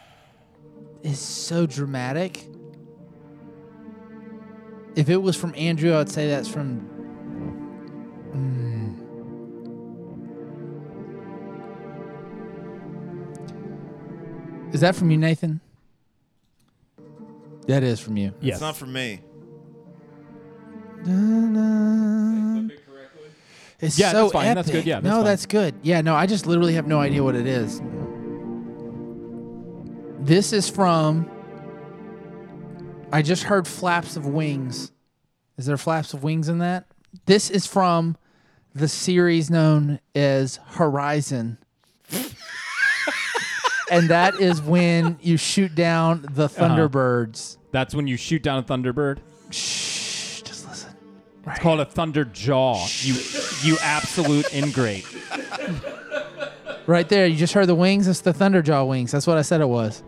Speaker 2: It's so dramatic. If it was from Andrew, I'd say that's from. hmm. Mm. Is that from you, Nathan? That is from you.
Speaker 4: Yes.
Speaker 3: It's not for me.
Speaker 2: It's
Speaker 4: Yeah,
Speaker 2: so
Speaker 4: that's fine. That's
Speaker 2: epic.
Speaker 4: good. Yeah, that's
Speaker 2: no,
Speaker 4: fine.
Speaker 2: that's good. Yeah, no, I just literally have no idea what it is. This is from. I just heard flaps of wings. Is there flaps of wings in that? This is from the series known as Horizon. and that is when you shoot down
Speaker 4: Uh-huh.
Speaker 2: the Thunderbirds.
Speaker 4: That's when you shoot down a thunderbird.
Speaker 2: Shh, just listen.
Speaker 4: It's called a thunder jaw. You, you absolute ingrate.
Speaker 2: Right there, you just heard the wings. It's the Thunderjaw wings. That's what I said it was.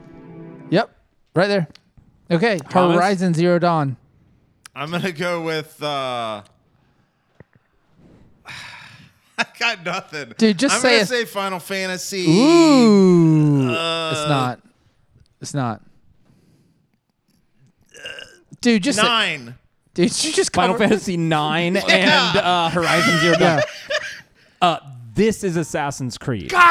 Speaker 2: Yep, right there. Okay,
Speaker 4: Thomas?
Speaker 2: Horizon Zero Dawn.
Speaker 3: I'm gonna go with. uh I got nothing,
Speaker 2: Dude, just
Speaker 3: I'm
Speaker 2: say
Speaker 3: gonna
Speaker 2: it.
Speaker 3: say Final Fantasy.
Speaker 2: Ooh, it's not. It's not. Dude, just say-
Speaker 3: nine.
Speaker 2: dude, you just
Speaker 4: Final
Speaker 2: cover-
Speaker 4: Fantasy Nine and uh, Horizon Zero Dawn.
Speaker 2: Yeah.
Speaker 4: This is Assassin's Creed.
Speaker 1: I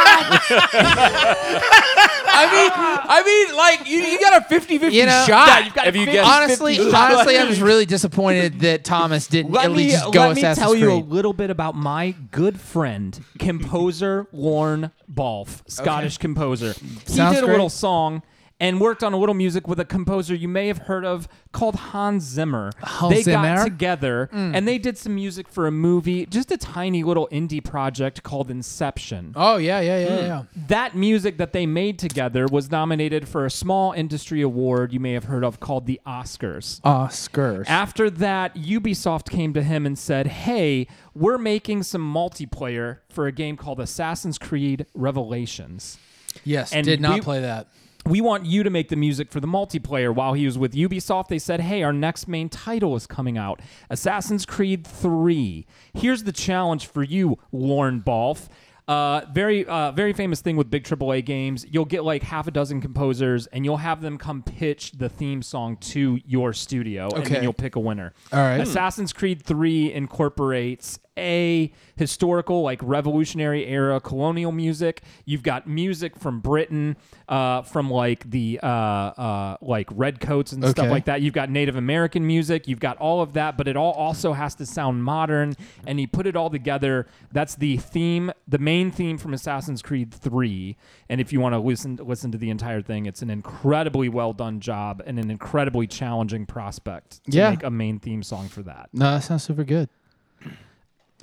Speaker 1: mean, I mean, like you, you got a 50-50
Speaker 2: You know-
Speaker 1: shot.
Speaker 2: Yeah, you've
Speaker 1: if you get
Speaker 2: Honestly, honestly, I was really disappointed that Thomas didn't
Speaker 4: Let
Speaker 2: at least
Speaker 4: me,
Speaker 2: just go
Speaker 4: let me
Speaker 2: Assassin's
Speaker 4: tell you a
Speaker 2: Creed.
Speaker 4: little bit about my good friend, composer Lorne Balfe, Scottish composer. He
Speaker 2: Sounds
Speaker 4: did a
Speaker 2: great.
Speaker 4: little song and worked on a little music with a composer you may have heard of called Hans Zimmer.
Speaker 2: Hans
Speaker 4: they got
Speaker 2: Zimmer? Mm.
Speaker 4: together and they did some music for a movie, just a tiny little indie project called Inception
Speaker 2: Oh yeah, yeah, yeah, yeah.
Speaker 4: that music that they made together was nominated for a small industry award you may have heard of called the Oscars.
Speaker 2: Oscars.
Speaker 4: After that, Ubisoft came to him and said, Hey, we're making some multiplayer for a game called Assassin's Creed Revelations.
Speaker 2: yes,
Speaker 4: and
Speaker 2: did not
Speaker 4: we-
Speaker 2: play that.
Speaker 4: We want you to make the music for the multiplayer. While he was with Ubisoft, they said, Hey, our next main title is coming out Assassin's Creed 3. Here's the challenge for you, Warren Balf. Uh, very, uh, very famous thing with big AAA games. You'll get like half a dozen composers, and you'll have them come pitch the theme song to your studio, and
Speaker 2: Okay.
Speaker 4: then you'll pick a winner.
Speaker 2: All right. Hmm.
Speaker 4: Assassin's Creed 3 incorporates a historical, like revolutionary era colonial music. You've got music from Britain, uh, from like the uh, uh, like redcoats and
Speaker 2: Okay.
Speaker 4: stuff like that. You've got Native American music. You've got all of that, but it all also has to sound modern. And he put it all together. That's the theme, the main theme from Assassin's Creed 3. And if you want to listen listen to the entire thing, it's an incredibly well done job and an incredibly challenging prospect to
Speaker 2: Yeah.
Speaker 4: make a main theme song for that.
Speaker 2: No, that sounds super good.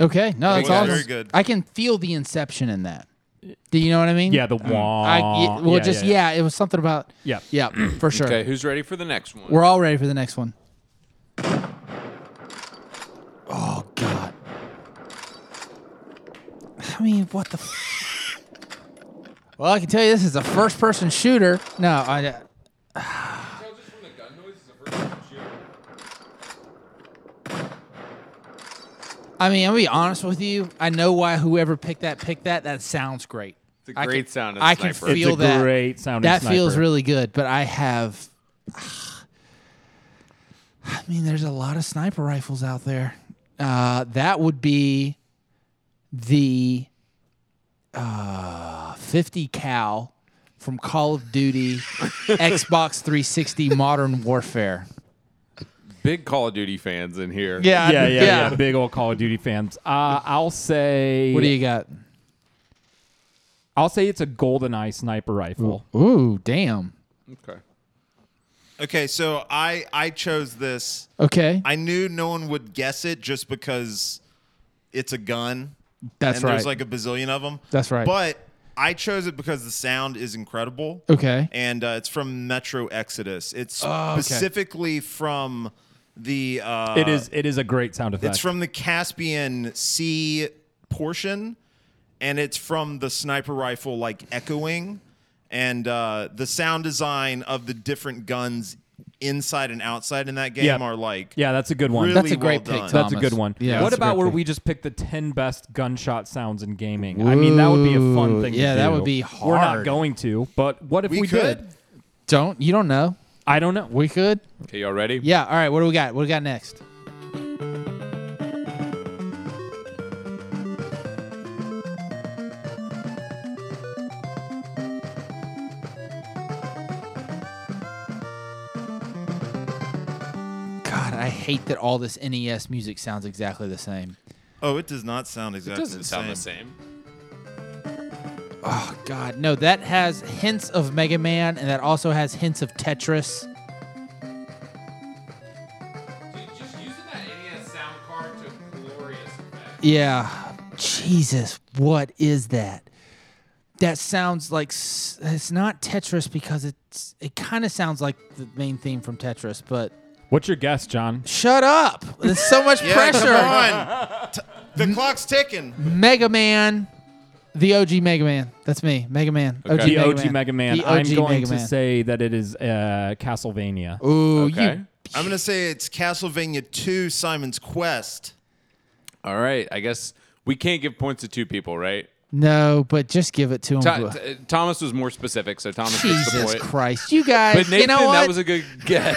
Speaker 2: Okay, no, that's
Speaker 3: you.
Speaker 2: awesome.
Speaker 3: Very good.
Speaker 2: I can feel the inception in that. Do you know what Um, I mean?
Speaker 4: Yeah, the wah.
Speaker 2: I, y- well, just yeah, it was something about.
Speaker 4: Yeah.
Speaker 2: yeah, for sure.
Speaker 1: Okay, who's ready for the next one?
Speaker 2: We're all ready for the next one. Oh God. I mean, what the? F- well, I can tell you this is a first-person shooter. No, I. I mean, I'm gonna be honest with you. I know why whoever picked that picked that. That sounds great.
Speaker 1: It's a
Speaker 2: I
Speaker 1: great
Speaker 2: can-
Speaker 1: sound. of
Speaker 2: I can
Speaker 1: sniper.
Speaker 2: feel
Speaker 4: it's a
Speaker 2: that.
Speaker 4: great sounding
Speaker 2: that feels
Speaker 4: sniper.
Speaker 2: really good, but I have. I mean, there's a lot of sniper rifles out there. Uh, that would be the uh, 50 cal from Call of Duty Xbox 360 Modern Warfare.
Speaker 1: Big Call of Duty fans in here.
Speaker 2: Yeah,
Speaker 4: yeah, yeah, yeah, Big old Call of Duty fans. Uh, I'll say.
Speaker 2: What do you got?
Speaker 4: I'll say it's a golden eye sniper rifle.
Speaker 2: Ooh, damn.
Speaker 1: Okay.
Speaker 3: Okay, so I I chose this.
Speaker 2: Okay,
Speaker 3: I knew no one would guess it just because it's a gun.
Speaker 2: that's
Speaker 3: and
Speaker 2: right.
Speaker 3: there's like a bazillion of them.
Speaker 2: That's right.
Speaker 3: But I chose it because the sound is incredible.
Speaker 2: okay, Oh,
Speaker 3: And uh, it's from Metro Exodus. It's
Speaker 2: okay.
Speaker 3: specifically from the. Uh,
Speaker 4: it is. It is a great sound effect.
Speaker 3: It's from the Caspian Sea portion, and it's from the sniper rifle, like echoing, and uh, the sound design of the different guns inside and outside in that game
Speaker 4: Yeah.
Speaker 3: are like
Speaker 4: Yeah, that's a good one.
Speaker 3: really
Speaker 2: That's a
Speaker 3: well
Speaker 2: great
Speaker 3: done.
Speaker 2: pick, Tom.
Speaker 4: That's a good one.
Speaker 2: Yeah,
Speaker 4: what
Speaker 2: that's a
Speaker 4: about
Speaker 2: great
Speaker 4: where
Speaker 2: pick.
Speaker 4: we just pick the 10 best gunshot sounds in gaming? I mean, that would be a fun thing to
Speaker 2: Yeah, that
Speaker 4: do.
Speaker 2: would be
Speaker 4: We're not
Speaker 2: hard.
Speaker 4: going to, but what if we,
Speaker 3: We
Speaker 4: did?
Speaker 3: could.
Speaker 2: Don't you don't know?
Speaker 4: I don't know.
Speaker 2: We could.
Speaker 1: Okay, y'all ready?
Speaker 2: Yeah. All right. What do we got? What do we got next? God, I hate that all this NES music sounds exactly the same.
Speaker 3: Oh, it does not sound exactly
Speaker 1: Doesn't
Speaker 3: the
Speaker 1: sound
Speaker 3: same.
Speaker 1: the same.
Speaker 2: Oh God, no! That has hints of Mega Man, and that also has hints of Tetris.
Speaker 1: Just using that NES sound card to glorious effect.
Speaker 2: Yeah. Jesus, what is that? That sounds like s- it's not Tetris because it's it kind of sounds like the main theme from Tetris, but
Speaker 4: What's your guess, John?
Speaker 2: shut up. There's so much
Speaker 3: Yeah,
Speaker 2: pressure.
Speaker 3: come on. T- the clock's ticking.
Speaker 2: Mega Man. The OG Mega Man. That's me. Mega Man. OG
Speaker 1: The
Speaker 4: The
Speaker 2: Mega
Speaker 4: OG
Speaker 2: Man.
Speaker 4: Mega Man.
Speaker 2: The
Speaker 4: I'm
Speaker 2: OG
Speaker 4: going
Speaker 2: Mega
Speaker 4: to
Speaker 2: Man.
Speaker 4: say that it is uh, Castlevania.
Speaker 2: Ooh,
Speaker 1: Okay.
Speaker 2: you
Speaker 3: I'm gonna say it's Castlevania 2: Simon's Quest.
Speaker 1: All right. I guess we can't give points to two people, right?
Speaker 2: No, but just give it to him.
Speaker 1: Tho- t- Thomas was more specific, so Thomas gets the
Speaker 2: Jesus
Speaker 1: point.
Speaker 2: Christ. You guys,
Speaker 1: But Nathan,
Speaker 2: you know
Speaker 1: that
Speaker 2: what?
Speaker 1: was a good guess.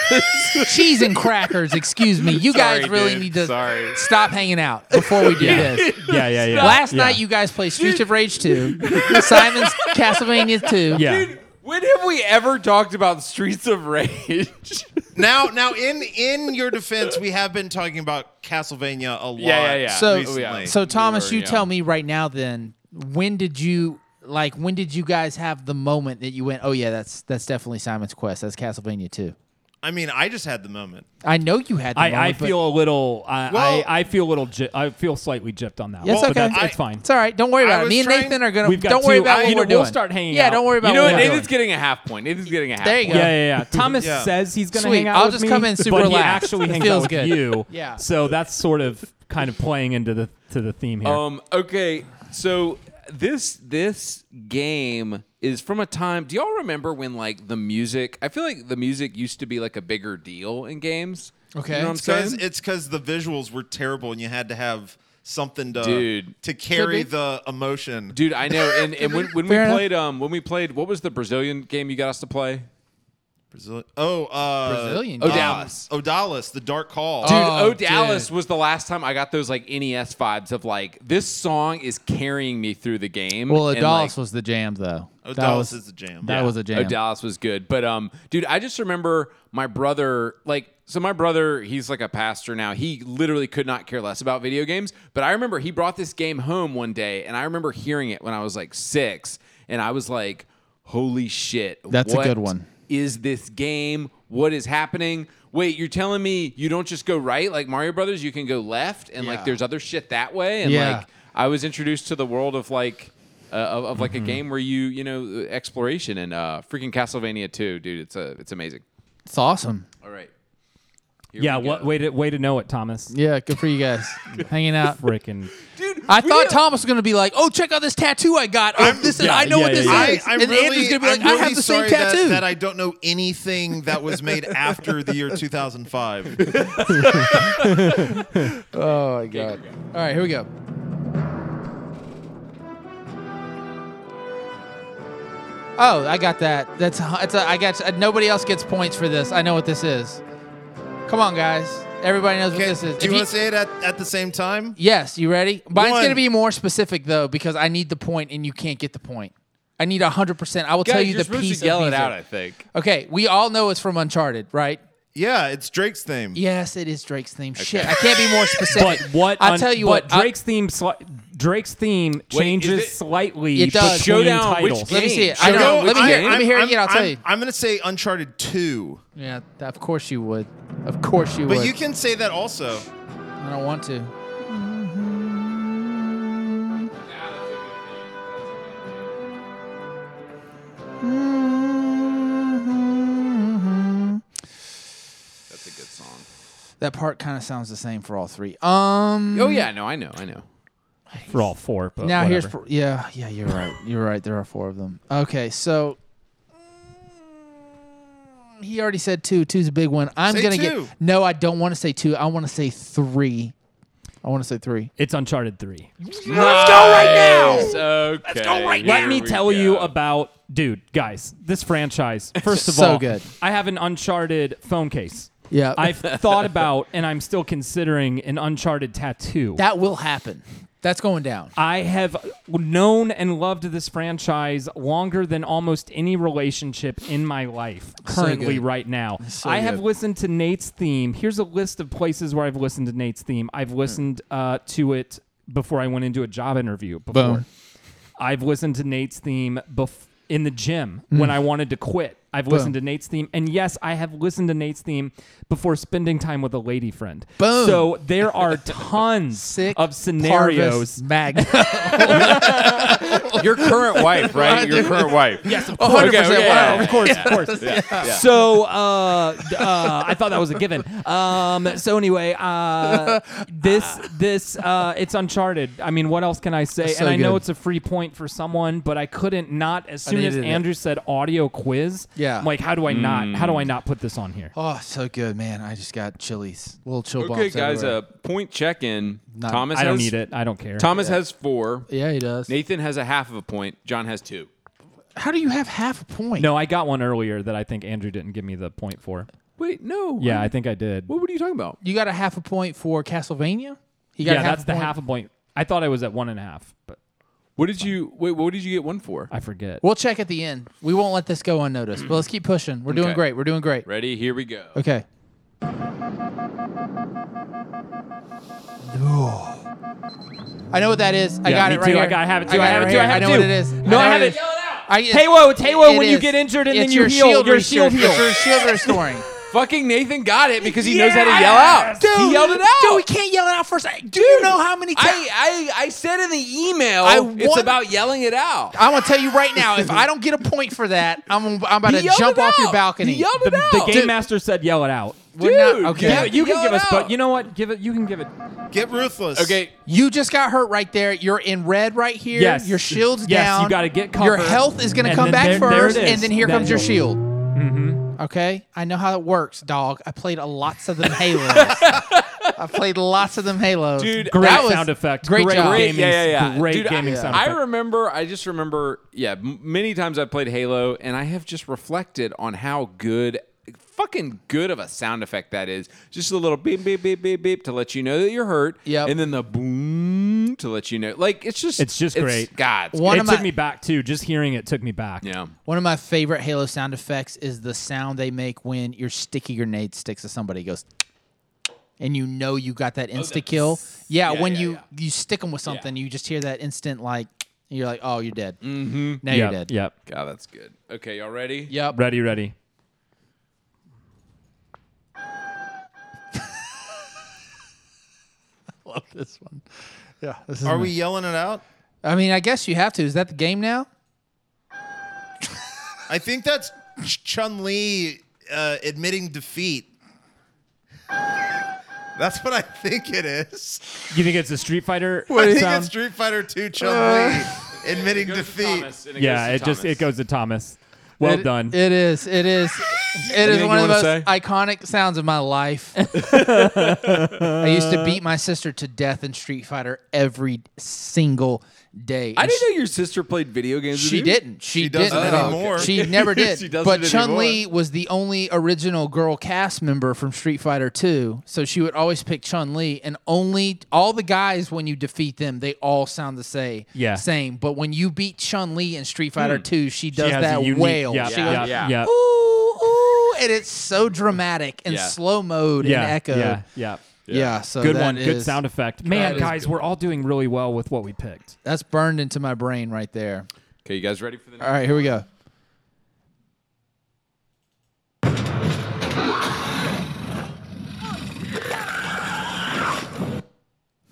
Speaker 2: Cheese and crackers, excuse me. You
Speaker 1: Sorry,
Speaker 2: guys really
Speaker 1: dude.
Speaker 2: need to
Speaker 1: Sorry.
Speaker 2: stop hanging out before we do this.
Speaker 4: yeah, yeah, yeah.
Speaker 2: Last
Speaker 4: Yeah.
Speaker 2: night you guys played Streets of Rage 2, Simon's Castlevania 2.
Speaker 4: Yeah.
Speaker 1: when have we ever talked about Streets of Rage?
Speaker 3: Now, now, in in your defense, we have been talking about Castlevania a lot.
Speaker 1: Yeah, yeah, yeah.
Speaker 2: So,
Speaker 1: Recently.
Speaker 3: yeah.
Speaker 2: so Thomas,
Speaker 1: We were,
Speaker 2: you
Speaker 1: yeah.
Speaker 2: tell me right now then, when did you like when did you guys have the moment that you went, "Oh yeah, that's that's definitely Simon's Quest. That's Castlevania 2."
Speaker 3: I mean, I just had the moment.
Speaker 2: I know you had the
Speaker 4: I,
Speaker 2: moment.
Speaker 4: I
Speaker 2: but
Speaker 4: feel a little. I,
Speaker 3: Well-
Speaker 4: I, I feel a little. Gy- I feel slightly gypped on that.
Speaker 2: It's
Speaker 4: one, but
Speaker 2: okay.
Speaker 4: that's-
Speaker 2: I-
Speaker 4: it's fine.
Speaker 2: It's all right. Don't worry
Speaker 3: I
Speaker 2: about it.
Speaker 3: was
Speaker 2: Me and
Speaker 3: trying-
Speaker 2: Nathan are going
Speaker 4: We've
Speaker 2: to
Speaker 4: got
Speaker 2: Don't worry
Speaker 4: two-
Speaker 2: about
Speaker 4: I-
Speaker 2: what
Speaker 4: you know,
Speaker 2: we're doing.
Speaker 4: we'll start hanging
Speaker 2: Yeah,
Speaker 4: out.
Speaker 2: don't worry about
Speaker 1: You know
Speaker 2: what
Speaker 1: what?
Speaker 2: we're
Speaker 1: Nathan's
Speaker 2: doing.
Speaker 1: getting a half point. Nathan's getting a half
Speaker 2: There you
Speaker 1: point.
Speaker 2: go.
Speaker 4: Yeah, yeah, yeah. Thomas
Speaker 3: Yeah.
Speaker 4: says he's gonna
Speaker 2: Sweet.
Speaker 4: hang out
Speaker 2: I'll
Speaker 4: with
Speaker 2: just
Speaker 4: me,
Speaker 2: come in super
Speaker 4: but he
Speaker 2: relaxed.
Speaker 4: actually
Speaker 2: It
Speaker 4: hangs
Speaker 2: feels
Speaker 4: out
Speaker 2: good.
Speaker 4: with you.
Speaker 2: Yeah.
Speaker 4: So that's sort of kind of playing into the to the theme here.
Speaker 1: Um, okay, so this this game is from a time. Do y'all remember when like the music? I feel like the music used to be like a bigger deal in games.
Speaker 2: Okay.
Speaker 1: you know what I'm
Speaker 2: It's
Speaker 3: Because
Speaker 1: saying?
Speaker 3: it's because the visuals were terrible, and you had to have something to
Speaker 1: Dude.
Speaker 3: to carry
Speaker 2: Could be.
Speaker 3: the emotion.
Speaker 1: Dude, I know. And, and when, when we
Speaker 2: Fair enough.
Speaker 1: played um when we played what was the Brazilian game you got us to play?
Speaker 3: Brazil- oh, uh,
Speaker 2: Brazilian
Speaker 3: uh,
Speaker 2: game.
Speaker 1: Odalis.
Speaker 3: Odalis, the Dark Call.
Speaker 1: Dude,
Speaker 2: Oh,
Speaker 1: oh, Dallas
Speaker 2: dude.
Speaker 1: was the last time I got those like NES vibes of like this song is carrying me through the game.
Speaker 2: Well,
Speaker 1: and,
Speaker 2: Odalis
Speaker 1: like,
Speaker 2: was the jam though. That
Speaker 3: Odalis
Speaker 2: was-
Speaker 3: is the jam.
Speaker 2: That
Speaker 3: Yeah.
Speaker 2: was a jam.
Speaker 1: Dallas was good. But um, dude, I just remember my brother like so my brother, he's like a pastor now. He literally could not care less about video games. But I remember he brought this game home one day, and I remember hearing it when I was like six, and I was like, "Holy shit!
Speaker 2: That's a
Speaker 1: what
Speaker 2: good one.
Speaker 1: Is this game? What is happening? Wait, you're telling me you don't just go right like Mario Brothers? You can go left, and like
Speaker 2: Yeah.
Speaker 1: there's other shit that way, and
Speaker 2: Yeah.
Speaker 1: like I was introduced to the world of like uh, of, of
Speaker 2: Mm-hmm.
Speaker 1: like a game where you you know exploration and uh, freaking Castlevania 2, dude. It's a it's amazing.
Speaker 2: It's awesome.
Speaker 1: All right. Here
Speaker 4: yeah.
Speaker 1: we
Speaker 4: What
Speaker 1: go.
Speaker 4: way to way to know it, Thomas?
Speaker 2: Yeah, good for you guys hanging out.
Speaker 4: Freaking.
Speaker 2: I thought Thomas was gonna be like, "Oh, check out this tattoo I got. Oh, this is,
Speaker 4: yeah,
Speaker 2: I know
Speaker 4: yeah,
Speaker 2: what this
Speaker 4: yeah, yeah.
Speaker 3: I,
Speaker 2: is."
Speaker 3: I'm
Speaker 2: and
Speaker 3: really,
Speaker 2: Andrew's gonna be like,
Speaker 3: I'm
Speaker 2: "I
Speaker 3: really
Speaker 2: have the same
Speaker 3: sorry that-
Speaker 2: tattoo."
Speaker 3: That, I don't know anything that was made after the year 2005.
Speaker 2: oh my god! All right, here we go. Oh, I got that. That's it's a, I got uh, nobody else gets points for this. I know what this is. Come on, guys. Everybody knows what
Speaker 3: Okay,
Speaker 2: this is.
Speaker 3: do
Speaker 2: If
Speaker 3: you
Speaker 2: you-
Speaker 3: want to say it at, at the same time?
Speaker 2: Yes, you ready? Mine's
Speaker 3: One.
Speaker 2: going to be more specific though because I need the point and you can't get the point. I need 100%. I will
Speaker 1: Guys,
Speaker 2: tell you
Speaker 1: you're
Speaker 2: the
Speaker 1: supposed
Speaker 2: piece
Speaker 1: to yell
Speaker 2: of
Speaker 1: it
Speaker 2: music.
Speaker 1: out. I think.
Speaker 2: Okay, we all know it's from Uncharted, right?
Speaker 3: Yeah, it's Drake's theme.
Speaker 2: Yes, it is Drake's theme. Shit, I can't be more specific.
Speaker 4: But what?
Speaker 2: I'll
Speaker 4: on-
Speaker 2: tell you
Speaker 4: but
Speaker 2: what. I-
Speaker 4: Drake's theme. Sli- Drake's theme
Speaker 1: Wait,
Speaker 4: changes
Speaker 1: is it-
Speaker 4: slightly.
Speaker 2: It does.
Speaker 4: between
Speaker 1: Showdown, which
Speaker 4: titles.
Speaker 1: game?
Speaker 2: let me see it.
Speaker 1: Show
Speaker 2: I know.
Speaker 1: down
Speaker 2: Let me
Speaker 1: which
Speaker 2: hear. it.
Speaker 1: game?
Speaker 2: Let me hear it
Speaker 3: I'm-
Speaker 2: again. I'll
Speaker 3: I'm-
Speaker 2: tell you.
Speaker 3: I'm going to say Uncharted 2,
Speaker 2: yeah, th- of course you would. Of course you
Speaker 3: but
Speaker 2: would.
Speaker 3: you can say that also.
Speaker 2: I don't want to.
Speaker 1: That's a good song.
Speaker 2: That part kind of sounds the same for all three. Um.
Speaker 1: Oh yeah, no, I know, I know.
Speaker 4: for all four. But
Speaker 2: Now here's
Speaker 4: whatever.
Speaker 2: pr- yeah yeah you're right you're right there are four of them. Okay, so mm, He already said two. Two's a big one. I'm
Speaker 3: Say
Speaker 2: gonna
Speaker 3: two.
Speaker 2: get. No, I don't want to say two. I want to say three. I want to say three.
Speaker 4: It's Uncharted 3.
Speaker 1: Let's go right now. Okay. Let's go right
Speaker 4: Let me tell you about, dude, guys, this franchise. First of
Speaker 2: So
Speaker 4: all,
Speaker 2: good.
Speaker 4: I have an Uncharted phone case.
Speaker 2: Yeah.
Speaker 4: I've thought about, and I'm still considering an Uncharted tattoo.
Speaker 2: That will happen. That's going down.
Speaker 4: I have known and loved this franchise longer than almost any relationship in my life currently
Speaker 2: good.
Speaker 4: right now. I have
Speaker 2: good.
Speaker 4: listened to Nate's theme. Here's a list of places where I've listened to Nate's theme.
Speaker 2: Hmm.
Speaker 4: I've listened uh, to it before I went into a job interview before.
Speaker 2: Boom.
Speaker 4: I've listened to Nate's theme bef- in the gym
Speaker 2: Mm.
Speaker 4: when I wanted to quit. I've listened to Nate's theme. And yes, I have listened to Nate's theme before spending time with a lady friend.
Speaker 2: Boom.
Speaker 4: So there are tons
Speaker 2: Sick
Speaker 4: of
Speaker 2: Parvis
Speaker 4: scenarios.
Speaker 2: Mag.
Speaker 1: Your current wife, right? Your current wife. Oh, Yes, of course.
Speaker 4: Yeah, of course, of course. So uh, d- uh, I thought that was a given. Um, so anyway, uh, this this uh, it's Uncharted. I mean, what else can I say?
Speaker 2: so
Speaker 4: and I know
Speaker 2: good.
Speaker 4: it's a free point for someone, but I couldn't not as soon as
Speaker 2: needed it.
Speaker 4: Andrew said audio quiz.
Speaker 2: Yeah. Mm.
Speaker 4: I'm like how do I not? How do I not put this on here?
Speaker 2: oh, so good, man. I just got chilies. Little chill bumps.
Speaker 1: Okay, guys.
Speaker 2: everywhere.
Speaker 1: Uh, point check in.
Speaker 2: No,
Speaker 1: Thomas.
Speaker 4: I don't
Speaker 1: has-
Speaker 4: need it. I don't care.
Speaker 1: Thomas has four.
Speaker 2: yeah, he does.
Speaker 1: Nathan has a half of a point. John has two.
Speaker 2: How do you have half a point?
Speaker 4: No, I got one earlier that I think Andrew didn't give me the point for.
Speaker 1: Wait, no.
Speaker 4: Yeah, I think I did.
Speaker 1: What were you talking about?
Speaker 2: You got a half a point for Castlevania? You got
Speaker 4: Yeah,
Speaker 2: a half
Speaker 4: that's
Speaker 2: a
Speaker 4: the
Speaker 2: point?
Speaker 4: half a point. I thought I was at one and a half, but
Speaker 1: What did you wait? What did you get one for?
Speaker 4: I forget.
Speaker 2: We'll check at the end. We won't let this go unnoticed. But let's keep pushing. We're doing
Speaker 1: Okay.
Speaker 2: great. We're doing great.
Speaker 1: Ready? Here we go.
Speaker 2: Okay. I know what that is. I
Speaker 4: Yeah,
Speaker 2: got
Speaker 4: me
Speaker 2: it right
Speaker 4: too.
Speaker 2: here.
Speaker 4: I got- I have it too.
Speaker 2: got
Speaker 4: I have it
Speaker 2: right
Speaker 4: too. I
Speaker 2: here.
Speaker 4: have
Speaker 2: know
Speaker 4: it
Speaker 2: what
Speaker 4: too.
Speaker 2: it is.
Speaker 4: No, I have it.
Speaker 2: I,
Speaker 4: Halo, it's Halo
Speaker 2: it
Speaker 4: when you
Speaker 2: is.
Speaker 4: get injured and
Speaker 2: It's
Speaker 4: then you
Speaker 2: your
Speaker 4: heal.
Speaker 2: Shield
Speaker 4: Your
Speaker 2: research.
Speaker 4: shield heals.
Speaker 2: It's your shield restoring.
Speaker 1: Fucking Nathan got it because he knows how to yell out. he yelled it out.
Speaker 2: Dude, we can't yell it out first. Do you know how many times?
Speaker 1: I, I I said in the email
Speaker 2: I
Speaker 1: it's
Speaker 2: want-
Speaker 1: about yelling it out.
Speaker 2: I'm gonna tell you right now. If I don't get a point for that, I'm I'm about
Speaker 1: He
Speaker 2: to
Speaker 1: yelled
Speaker 2: jump
Speaker 1: it
Speaker 2: off your
Speaker 1: out.
Speaker 2: balcony.
Speaker 1: He yelled
Speaker 4: The,
Speaker 1: it out.
Speaker 4: the game master said, "Yell it out."
Speaker 2: We're not-
Speaker 1: Dude,
Speaker 2: okay.
Speaker 1: yeah,
Speaker 4: You can
Speaker 1: Yell
Speaker 4: give
Speaker 1: it
Speaker 4: us,
Speaker 1: out.
Speaker 4: but you know what? Give it. You can give it.
Speaker 3: Get ruthless.
Speaker 1: okay.
Speaker 2: You just got hurt right there. You're in red right here.
Speaker 4: Yes.
Speaker 2: Your shield's
Speaker 4: Yes,
Speaker 2: down.
Speaker 4: you gotta get
Speaker 2: Your
Speaker 4: cover.
Speaker 2: health is going to
Speaker 4: And
Speaker 2: come
Speaker 4: then
Speaker 2: back
Speaker 4: there- there it
Speaker 2: first,
Speaker 4: is.
Speaker 2: and then here
Speaker 4: Then
Speaker 2: comes your
Speaker 4: you'll-
Speaker 2: shield. Mm-hmm. Okay? I know how it works, dog. I played a lots of them Halos. I played lots of them Halos.
Speaker 1: Dude,
Speaker 4: Great
Speaker 2: That was
Speaker 4: sound effect.
Speaker 2: Great,
Speaker 4: great
Speaker 2: job.
Speaker 4: Gaming,
Speaker 1: yeah, yeah, yeah.
Speaker 4: Great
Speaker 1: Dude,
Speaker 4: gaming
Speaker 1: I,
Speaker 4: sound.
Speaker 1: I
Speaker 4: effect.
Speaker 1: remember. I just remember. Yeah, m- many times I've played Halo, and I have just reflected on how good, fucking good of a sound effect that is. Just a little beep, beep, beep, beep, beep to let you know that you're hurt.
Speaker 2: Yep.
Speaker 1: And then the boom to let you know. Like it's just.
Speaker 4: It's just great.
Speaker 1: God. it's
Speaker 2: One
Speaker 4: it
Speaker 2: of
Speaker 4: took
Speaker 2: my-
Speaker 4: me back too. Just hearing it took me back.
Speaker 1: good. Yeah.
Speaker 2: One of my favorite Halo sound effects is the sound they make when your sticky grenade sticks to somebody. It goes, and you know you got that insta kill. Oh, Yeah,
Speaker 1: yeah,
Speaker 2: when
Speaker 1: yeah,
Speaker 2: you
Speaker 1: yeah.
Speaker 2: you stick them with something, you just hear that instant like, and you're like, oh, you're dead. Mm-hmm. Now you're
Speaker 4: Yep.
Speaker 2: dead.
Speaker 4: Yep.
Speaker 1: God, that's good. Okay, y'all ready?
Speaker 2: Yep.
Speaker 4: Ready. Ready.
Speaker 2: Love this one. Yeah. This is
Speaker 3: Are we yelling it out?
Speaker 2: I mean, I guess you have to. Is that the game now?
Speaker 3: I think that's Chun Li uh, admitting defeat. That's what I think it is.
Speaker 4: You think it's a Street Fighter
Speaker 3: I think
Speaker 4: sound?
Speaker 3: it's Street Fighter 2 Chun
Speaker 2: Uh,
Speaker 3: Li admitting defeat.
Speaker 4: yeah. It just it goes to Thomas. Well
Speaker 2: It-
Speaker 4: done.
Speaker 2: It is. It is. It is
Speaker 1: Anything
Speaker 2: one
Speaker 1: you
Speaker 2: of the most
Speaker 1: wanna say?
Speaker 2: iconic sounds of my life. I used to beat my sister to death in Street Fighter every single day.
Speaker 1: I
Speaker 2: And
Speaker 1: didn't know your sister played video games.
Speaker 2: She,
Speaker 1: with
Speaker 2: she
Speaker 1: you.
Speaker 2: didn't. She,
Speaker 3: She
Speaker 2: didn't
Speaker 3: doesn't
Speaker 2: at all.
Speaker 3: anymore.
Speaker 2: She never did.
Speaker 1: Oh, She doesn't
Speaker 2: but
Speaker 1: anymore.
Speaker 2: Chun Li was the only original girl cast member from Street Fighter Two, so she would always pick Chun Li. And only all the guys, when you defeat them, they all sound the same.
Speaker 4: Yeah.
Speaker 2: same. But when you beat Chun Li in Street Fighter Two, she does
Speaker 4: She has
Speaker 2: that
Speaker 4: a unique.
Speaker 2: wail.
Speaker 4: Yep,
Speaker 2: She goes,
Speaker 4: yep,
Speaker 1: Yeah.
Speaker 4: yep.
Speaker 2: ooh, ooh, and it's so dramatic and
Speaker 1: Yeah.
Speaker 2: slow mode
Speaker 4: Yeah.
Speaker 2: and echo.
Speaker 4: Yeah.
Speaker 2: Yeah,
Speaker 4: Yeah.
Speaker 2: so
Speaker 4: Good
Speaker 2: that
Speaker 4: one. Good
Speaker 2: is-
Speaker 4: sound effect. Man,
Speaker 2: is
Speaker 4: guys, we're all doing really well with what we picked.
Speaker 2: That's burned into my brain right there.
Speaker 1: Okay, you guys ready for the next?
Speaker 2: All right, here we go.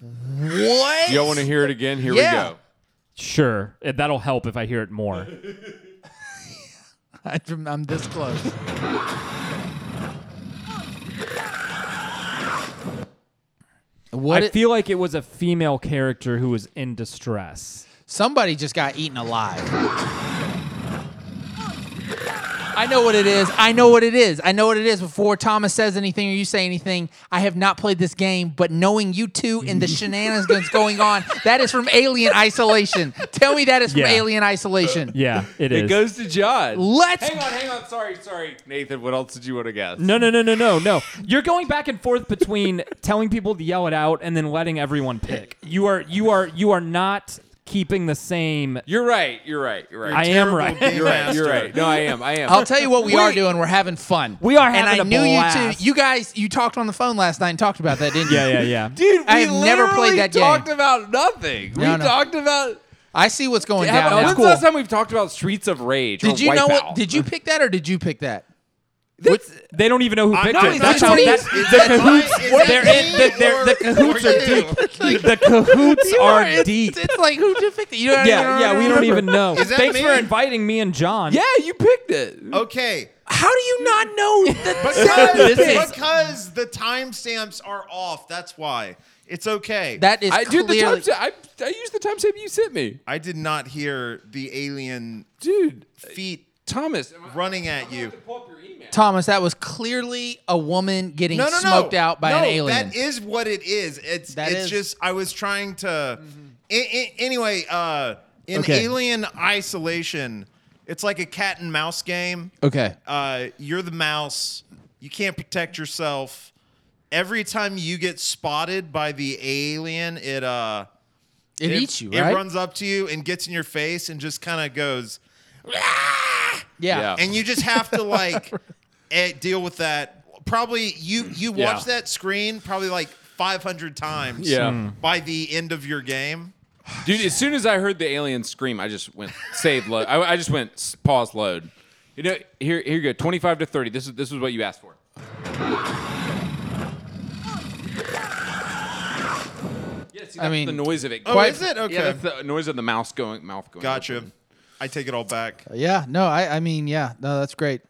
Speaker 3: What?
Speaker 1: Y'all want to hear it again? Here
Speaker 2: Yeah.
Speaker 1: we go.
Speaker 4: Sure. Eh, That'll help if I hear it more.
Speaker 2: I'm I'm this close. What
Speaker 4: I
Speaker 2: it-
Speaker 4: feel like it was a female character who was in distress.
Speaker 2: somebody just got eaten alive. I know what it is. I know what it is. I know what it is. Before Thomas says anything or you say anything, I have not played this game, but knowing you two and the shenanigans going on, that is from Alien Isolation. Tell me that is from
Speaker 4: Yeah.
Speaker 2: Alien Isolation.
Speaker 4: Yeah, it is.
Speaker 1: It goes to John.
Speaker 2: Let's
Speaker 1: hang on, hang on. Sorry, sorry, Nathan. What else did you want to guess?
Speaker 4: no, no, no, no, no, no. You're going back and forth between telling people to yell it out and then letting everyone pick. You are, you are, you are not keeping the same.
Speaker 1: You're right. You're right. You're right.
Speaker 4: I am right.
Speaker 1: You're right. You're right. No, I am. I am.
Speaker 2: I'll tell you what we are doing. We're having fun.
Speaker 4: We are
Speaker 2: and I
Speaker 4: having a
Speaker 2: knew you
Speaker 4: blast.
Speaker 2: two. You guys, you talked on the phone last night and talked about that, didn't you?
Speaker 4: yeah, yeah, yeah.
Speaker 1: Dude, we
Speaker 2: I have never played
Speaker 1: literally
Speaker 2: that game.
Speaker 1: talked about nothing. we
Speaker 2: No, no.
Speaker 1: talked about.
Speaker 2: I see what's going
Speaker 1: Have-
Speaker 2: down.
Speaker 1: when's
Speaker 2: now.
Speaker 1: the last time we've talked about Streets of Rage?
Speaker 2: Did
Speaker 1: or
Speaker 2: you know
Speaker 1: Wipeout?
Speaker 2: what? Did you pick that or did you pick that?
Speaker 4: They don't even know who picked
Speaker 1: no,
Speaker 4: it.
Speaker 1: that's
Speaker 4: That's how
Speaker 2: what
Speaker 4: that,
Speaker 2: he-
Speaker 4: the cahoots.
Speaker 2: what
Speaker 4: They're in. The, they're, the cahoots are deep. The cahoots
Speaker 2: You
Speaker 4: are
Speaker 2: it's,
Speaker 4: deep.
Speaker 2: It's like who did pick that? You don't
Speaker 4: Yeah, yeah. We don't even know.
Speaker 3: Is that
Speaker 4: Thanks
Speaker 3: me?
Speaker 4: for inviting me and John.
Speaker 1: Yeah, you picked it.
Speaker 3: Okay.
Speaker 2: How do you not know that?
Speaker 3: Because,
Speaker 4: This is-
Speaker 3: because the timestamps are off. That's why. It's okay.
Speaker 2: that is
Speaker 1: I dude, the
Speaker 2: clearly.
Speaker 1: timestamp. I, I used the timestamp you sent me,
Speaker 3: I did not hear the alien
Speaker 1: dude.
Speaker 3: feet
Speaker 1: Thomas,
Speaker 3: running at you.
Speaker 2: Thomas, that was clearly a woman getting
Speaker 3: No, no, no.
Speaker 2: smoked out by
Speaker 3: no,
Speaker 2: an alien.
Speaker 3: That is what it is. It's
Speaker 2: That
Speaker 3: it's
Speaker 2: is- Mm-hmm.
Speaker 3: just I was trying to. A- a- anyway, uh, in
Speaker 2: Okay.
Speaker 3: Alien Isolation, it's like a cat and mouse game.
Speaker 2: okay.
Speaker 3: Uh, you're the mouse. You can't protect yourself. Every time you get spotted by the alien, it uh
Speaker 2: It, eats you, right?
Speaker 3: It runs up to you and gets in your face and just kind of goes,
Speaker 2: yeah.
Speaker 1: Yeah.
Speaker 3: and you just have to like eh, deal with that. Probably you you watch
Speaker 1: Yeah.
Speaker 3: that screen probably like 500 times.
Speaker 1: Yeah. Mm.
Speaker 3: By the end of your game,
Speaker 1: dude. As soon as I heard the alien scream, I just went save load. I, I just went s- pause load. You know, here here you go. Twenty five to thirty. This is this is what you asked for. Yeah, see, that's
Speaker 2: mean,
Speaker 1: the noise of it.
Speaker 3: Oh,
Speaker 2: Quite-
Speaker 3: is it okay?
Speaker 1: Yeah, that's the noise of the mouse going mouth going.
Speaker 3: gotcha. I take it all back.
Speaker 2: Yeah. No, I, I mean, yeah. No, that's great.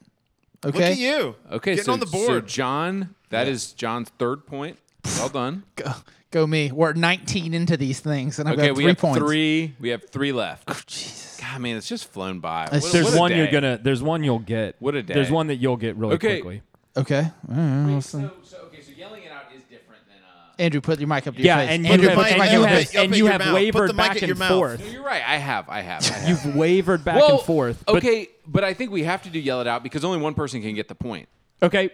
Speaker 2: Okay.
Speaker 3: Look at you.
Speaker 1: Okay,
Speaker 3: getting
Speaker 1: so,
Speaker 3: on the
Speaker 1: so
Speaker 3: board.
Speaker 1: John, that is John's third point. Well done.
Speaker 2: Go, go me. We're 19 into these things, and I've
Speaker 1: Okay,
Speaker 2: got
Speaker 1: we
Speaker 2: uh, three
Speaker 1: have
Speaker 2: points. Oh,
Speaker 1: three. We have three left. Jesus, God, man, it's just flown by.
Speaker 2: It's
Speaker 1: What a- what
Speaker 2: just-
Speaker 4: There's
Speaker 1: a
Speaker 4: one
Speaker 1: day.
Speaker 4: you're gonna. There's one you'll get.
Speaker 1: What a day.
Speaker 4: There's one that you'll get really
Speaker 1: Okay.
Speaker 4: quickly.
Speaker 2: Okay. All right.
Speaker 1: So, so okay, so yelling it out is different than. Uh,
Speaker 2: Andrew, put your mic up to your
Speaker 4: Yeah,
Speaker 2: face.
Speaker 4: and you
Speaker 2: Andrew,
Speaker 4: have,
Speaker 2: put your
Speaker 3: mic
Speaker 4: and
Speaker 2: mic up to
Speaker 4: you
Speaker 3: your
Speaker 2: your
Speaker 4: have,
Speaker 3: face.
Speaker 2: face.
Speaker 4: and
Speaker 3: Up
Speaker 4: you
Speaker 3: in
Speaker 4: have
Speaker 3: your mouth. Put
Speaker 4: wavered
Speaker 3: the mic
Speaker 4: back
Speaker 3: at
Speaker 4: and
Speaker 3: your mouth.
Speaker 4: forth.
Speaker 1: no, you're right. I have. I have. I have.
Speaker 4: You've wavered back
Speaker 1: well,
Speaker 4: and forth. But,
Speaker 1: okay, but I think we have to do yell it out because only one person can get the point,
Speaker 4: okay.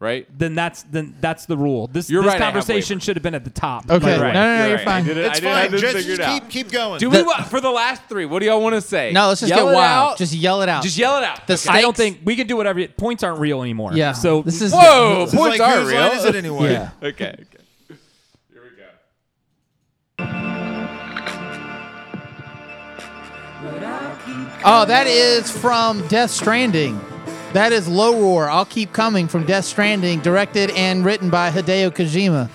Speaker 1: right?
Speaker 4: Then that's then that's the rule. This,
Speaker 1: You're
Speaker 4: this
Speaker 1: right, I have
Speaker 4: conversation
Speaker 1: wavered.
Speaker 4: should have been at the top.
Speaker 2: Okay.
Speaker 4: Like,
Speaker 1: right.
Speaker 2: No, no,
Speaker 1: You're
Speaker 2: no, you're
Speaker 1: right. I
Speaker 2: fine.
Speaker 1: did it.
Speaker 3: It's
Speaker 1: I did- I
Speaker 3: fine.
Speaker 1: didn't
Speaker 3: Just,
Speaker 1: figure it
Speaker 3: just
Speaker 1: out.
Speaker 3: keep keep going.
Speaker 1: Do we want for the last three? What do y'all want to say?
Speaker 2: No, let's just
Speaker 1: Yell
Speaker 2: get
Speaker 1: it
Speaker 2: wild.
Speaker 1: out.
Speaker 2: Just yell it out.
Speaker 1: Just yell it out.
Speaker 2: The
Speaker 1: Okay.
Speaker 4: I don't
Speaker 2: stakes-
Speaker 4: think we can do whatever. you- Points aren't real anymore.
Speaker 2: Yeah.
Speaker 4: So
Speaker 2: this is
Speaker 1: Whoa,
Speaker 3: It's
Speaker 1: points
Speaker 3: like,
Speaker 1: are
Speaker 3: whose line is it
Speaker 1: real.
Speaker 3: anyway?
Speaker 2: Yeah.
Speaker 1: Okay. Okay. Here we go.
Speaker 2: Oh, that is from Death Stranding. That is Low Roar. I'll keep coming from Death Stranding, directed and written by Hideo Kojima.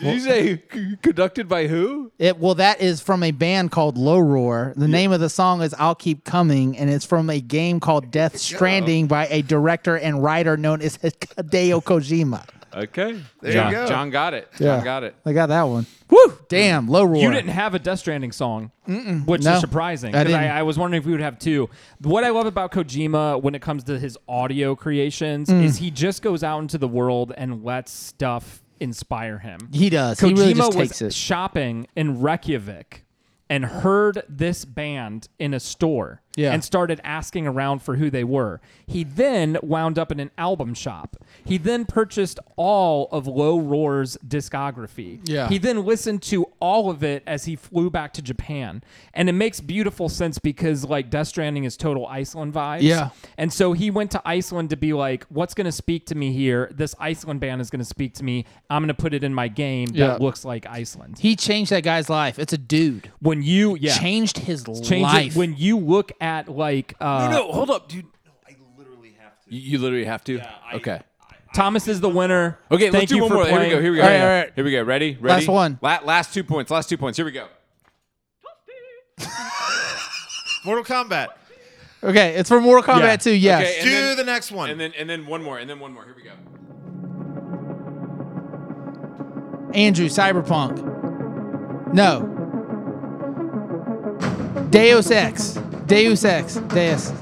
Speaker 1: Did you say c- conducted by who?
Speaker 2: It well, that is from a band called Low Roar. The name of the song is "I'll Keep Coming," and it's from a game called Death Stranding by a director and writer known as Hideo Kojima.
Speaker 1: Okay.
Speaker 3: There
Speaker 1: John,
Speaker 3: you go.
Speaker 1: John got it. John got it.
Speaker 2: I got that one. Woo! Damn, Low Roar.
Speaker 4: You didn't have a Death Stranding song, which
Speaker 2: No,
Speaker 4: is surprising.
Speaker 2: I
Speaker 4: Because I,
Speaker 2: didn't.
Speaker 4: I, was wondering if we would have two. What I love about Kojima when it comes to his audio creations
Speaker 2: Mm.
Speaker 4: is he just goes out into the world and lets stuff inspire him.
Speaker 2: He does.
Speaker 4: Kojima
Speaker 2: he really just
Speaker 4: was
Speaker 2: takes it.
Speaker 4: shopping in Reykjavik and heard this band in a store
Speaker 2: Yeah.
Speaker 4: and started asking around for who they were. He then wound up in an album shop. He then purchased all of Low Roar's discography.
Speaker 2: Yeah.
Speaker 4: He then listened to all of it as he flew back to Japan. And it makes beautiful sense because like Death Stranding is total Iceland vibes.
Speaker 2: Yeah.
Speaker 4: And so he went to Iceland to be like, what's going to speak to me here? This Iceland band is going to speak to me. I'm going to put it in my game
Speaker 2: Yeah.
Speaker 4: that looks like Iceland.
Speaker 2: He changed that guy's life. It's a dude.
Speaker 4: When you yeah,
Speaker 2: Changed his
Speaker 4: change
Speaker 2: life.
Speaker 4: it when you look at like uh,
Speaker 1: no, hold up, dude. You, you literally have to. okay.
Speaker 4: Thomas is the winner.
Speaker 1: Okay,
Speaker 4: Thank
Speaker 1: let's do
Speaker 4: you
Speaker 1: one
Speaker 4: for
Speaker 1: more. Here we
Speaker 4: playing.
Speaker 1: go. Here we go.
Speaker 2: All right, all right.
Speaker 1: Here we go. Ready? Ready?
Speaker 2: Last one.
Speaker 1: La- last two points. Last two points. Here we go.
Speaker 3: Mortal Kombat.
Speaker 2: okay, it's from Mortal Kombat
Speaker 4: Yeah.
Speaker 2: 2. Yes.
Speaker 1: Okay,
Speaker 3: Do
Speaker 1: then-
Speaker 3: the next one.
Speaker 1: And then and then one more. And then one more. Here we go.
Speaker 2: Andrew, Cyberpunk. No. Deus Ex. Deus Ex. Deus.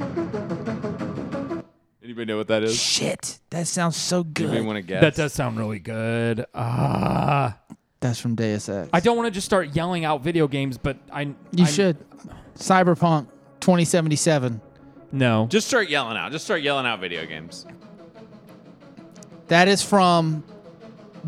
Speaker 1: we know what that is?
Speaker 2: Shit, that sounds so good.
Speaker 1: Anybody want to guess?
Speaker 4: That does sound really good. Ah.
Speaker 2: That's from Deus Ex.
Speaker 4: I don't want to just start yelling out video games, but I
Speaker 2: you
Speaker 4: I-
Speaker 2: should. Cyberpunk 2077.
Speaker 4: no.
Speaker 1: Just start yelling out. Just start yelling out video games.
Speaker 2: That is from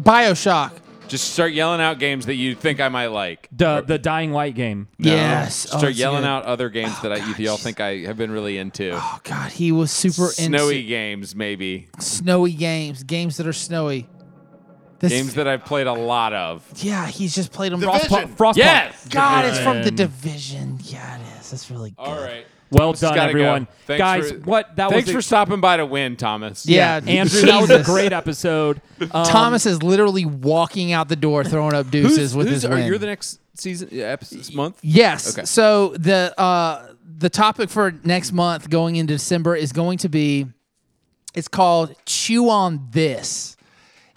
Speaker 2: Bioshock.
Speaker 1: Just start yelling out games that you think I might like.
Speaker 4: the the Dying Light game.
Speaker 1: No.
Speaker 2: Yes.
Speaker 1: Start
Speaker 2: Oh, it's
Speaker 1: yelling
Speaker 2: good.
Speaker 1: out other games that I,
Speaker 2: God,
Speaker 1: you all
Speaker 2: jeez.
Speaker 1: think I have been really into.
Speaker 2: Oh God, he was super
Speaker 1: Snowy
Speaker 2: into
Speaker 1: games, maybe.
Speaker 2: snowy games, games that are snowy. This,
Speaker 1: Games that I've played a lot of.
Speaker 2: yeah, he's just played them.
Speaker 3: Division.
Speaker 2: Frostpunk.
Speaker 4: Frostpunk.
Speaker 1: Yes!
Speaker 2: God, it's from the
Speaker 4: Division.
Speaker 2: division. Yeah, it is. That's really good.
Speaker 1: All right.
Speaker 4: Well
Speaker 1: Just
Speaker 4: done,
Speaker 1: gotta go.
Speaker 4: everyone.
Speaker 1: Thanks
Speaker 4: Guys,
Speaker 1: for-
Speaker 4: what that
Speaker 1: Thanks
Speaker 4: was.
Speaker 1: for
Speaker 4: a-
Speaker 1: stopping by to win, Thomas.
Speaker 2: Yeah,
Speaker 4: Andrew, that was a
Speaker 2: Jesus.
Speaker 4: great episode. Um,
Speaker 2: Thomas is literally walking out the door, throwing up deuces with his
Speaker 1: are
Speaker 2: win.
Speaker 1: you the next season? yeah, ep- This month?
Speaker 2: Yes.
Speaker 1: Okay.
Speaker 2: So the uh, the topic for next month, going into December, is going to be. It's called "Chew on This,"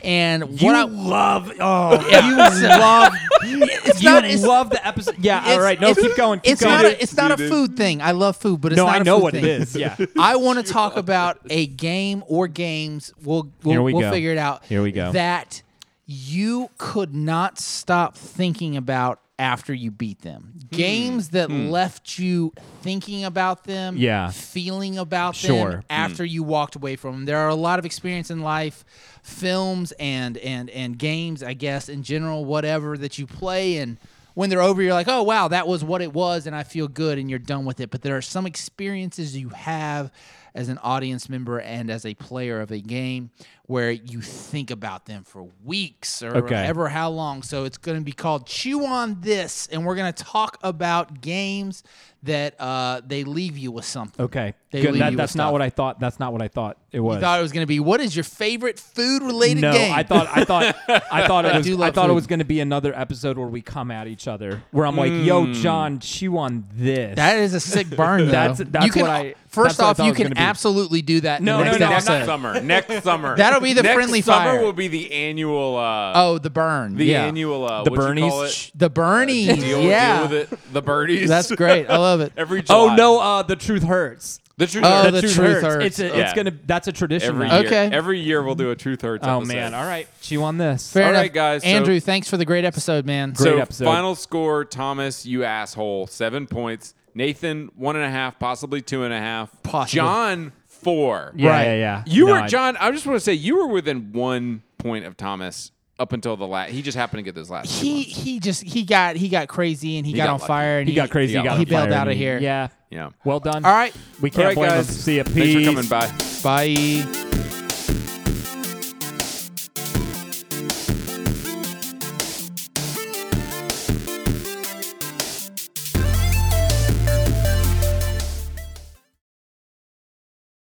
Speaker 2: and what I
Speaker 4: love. Oh,
Speaker 2: you love. It's
Speaker 4: you
Speaker 2: not. It's,
Speaker 4: love the episode. Yeah.
Speaker 2: it's-
Speaker 4: all right. No,
Speaker 2: it's-
Speaker 4: keep going. Keep
Speaker 2: it's
Speaker 4: going.
Speaker 2: not. A, it's not a food thing. I love food, but it's
Speaker 4: no,
Speaker 2: not
Speaker 4: I
Speaker 2: a
Speaker 4: know
Speaker 2: food
Speaker 4: what
Speaker 2: thing.
Speaker 4: it is. Yeah.
Speaker 2: I want to talk about a game or games. We'll we'll,
Speaker 4: Here we
Speaker 2: will
Speaker 4: go.
Speaker 2: figure it out.
Speaker 4: Here we go.
Speaker 2: That you could not stop thinking about after you beat them. Games that left you thinking about them,
Speaker 4: Hmm. Yeah.
Speaker 2: feeling about them
Speaker 4: Sure.
Speaker 2: after you walked away from them. There are a lot of experience in life, films and and and games, I guess in general, whatever that you play and. When they're over, you're like, oh, wow, that was what it was, and I feel good, and you're done with it. But there are some experiences you have as an audience member and as a player of a game where you think about them for weeks or
Speaker 4: Okay.
Speaker 2: ever how long. So it's going to be called Chew on This, and we're going to talk about games that uh, they leave you with something.
Speaker 4: Okay.
Speaker 2: They
Speaker 4: Good.
Speaker 2: leave
Speaker 4: That,
Speaker 2: you
Speaker 4: that's
Speaker 2: with
Speaker 4: not
Speaker 2: stuff.
Speaker 4: what I thought. That's not what I thought it was.
Speaker 2: I thought it was going to be what is your favorite food related
Speaker 4: no,
Speaker 2: game?
Speaker 4: I thought I thought I thought it
Speaker 2: I
Speaker 4: was
Speaker 2: do
Speaker 4: I,
Speaker 2: love
Speaker 4: thought
Speaker 2: food.
Speaker 4: it was going to be another episode where we come at each other. Where I'm like, "Yo,
Speaker 1: Mm.
Speaker 4: John, chew on this."
Speaker 2: that is a sick burn. though.
Speaker 4: That's- that's
Speaker 2: you can,
Speaker 4: what I-
Speaker 2: First
Speaker 4: that's what I
Speaker 2: off,
Speaker 4: thought it
Speaker 2: you
Speaker 4: was
Speaker 2: can
Speaker 4: gonna be.
Speaker 2: absolutely do that. in
Speaker 4: No,
Speaker 2: the
Speaker 4: no,
Speaker 2: next
Speaker 4: no, I'm
Speaker 1: next
Speaker 2: episode.
Speaker 1: summer. Next summer.
Speaker 2: That'll be the
Speaker 1: next
Speaker 2: friendly
Speaker 1: summer
Speaker 2: fire.
Speaker 1: will be the annual. Uh,
Speaker 2: Oh, the burn.
Speaker 1: the
Speaker 4: yeah.
Speaker 1: annual. Uh,
Speaker 4: the
Speaker 1: what you call
Speaker 4: Bernies.
Speaker 1: it?
Speaker 4: Sh-
Speaker 2: the Bernie.
Speaker 1: Deal,
Speaker 2: yeah,
Speaker 1: deal with it. The birdies.
Speaker 2: that's great. I love it.
Speaker 1: Every
Speaker 4: Oh
Speaker 1: July.
Speaker 4: no, uh, the truth hurts.
Speaker 1: The truth.
Speaker 2: Oh,
Speaker 1: hurts.
Speaker 2: the truth hurts.
Speaker 4: It's a,
Speaker 1: Yeah.
Speaker 4: it's gonna that's a tradition.
Speaker 1: every
Speaker 4: now.
Speaker 1: year.
Speaker 2: Okay.
Speaker 1: Every year we'll do a truth hurts.
Speaker 4: Oh
Speaker 1: episode.
Speaker 4: man, all right, chew on this.
Speaker 2: Fair
Speaker 1: All
Speaker 2: enough.
Speaker 1: right, guys, so-
Speaker 2: Andrew, thanks for the great episode, man.
Speaker 4: Great
Speaker 1: so
Speaker 4: episode.
Speaker 1: final score, Thomas, you asshole, seven points. Nathan, one and a half, possibly two and a half.
Speaker 2: Possibly.
Speaker 1: John, four.
Speaker 4: Yeah,
Speaker 2: Right.
Speaker 4: yeah, yeah.
Speaker 1: You
Speaker 4: No,
Speaker 1: were
Speaker 4: I-
Speaker 1: John. I just want to say you were within one point of Thomas up until the last. He just happened to get this last. two
Speaker 2: He
Speaker 1: ones.
Speaker 2: he just he got he got crazy and he, got,
Speaker 1: got
Speaker 2: on
Speaker 1: lucky.
Speaker 2: fire and
Speaker 4: He got crazy. He,
Speaker 1: he
Speaker 4: got
Speaker 2: he
Speaker 4: on fire
Speaker 2: bailed out of
Speaker 4: and he-
Speaker 2: here.
Speaker 4: Yeah.
Speaker 1: Yeah.
Speaker 4: Well done.
Speaker 2: All right.
Speaker 4: We can't
Speaker 1: All right,
Speaker 4: blame
Speaker 1: guys.
Speaker 4: him. See ya.
Speaker 1: Thanks for
Speaker 4: Peace.
Speaker 1: coming by.
Speaker 2: Bye.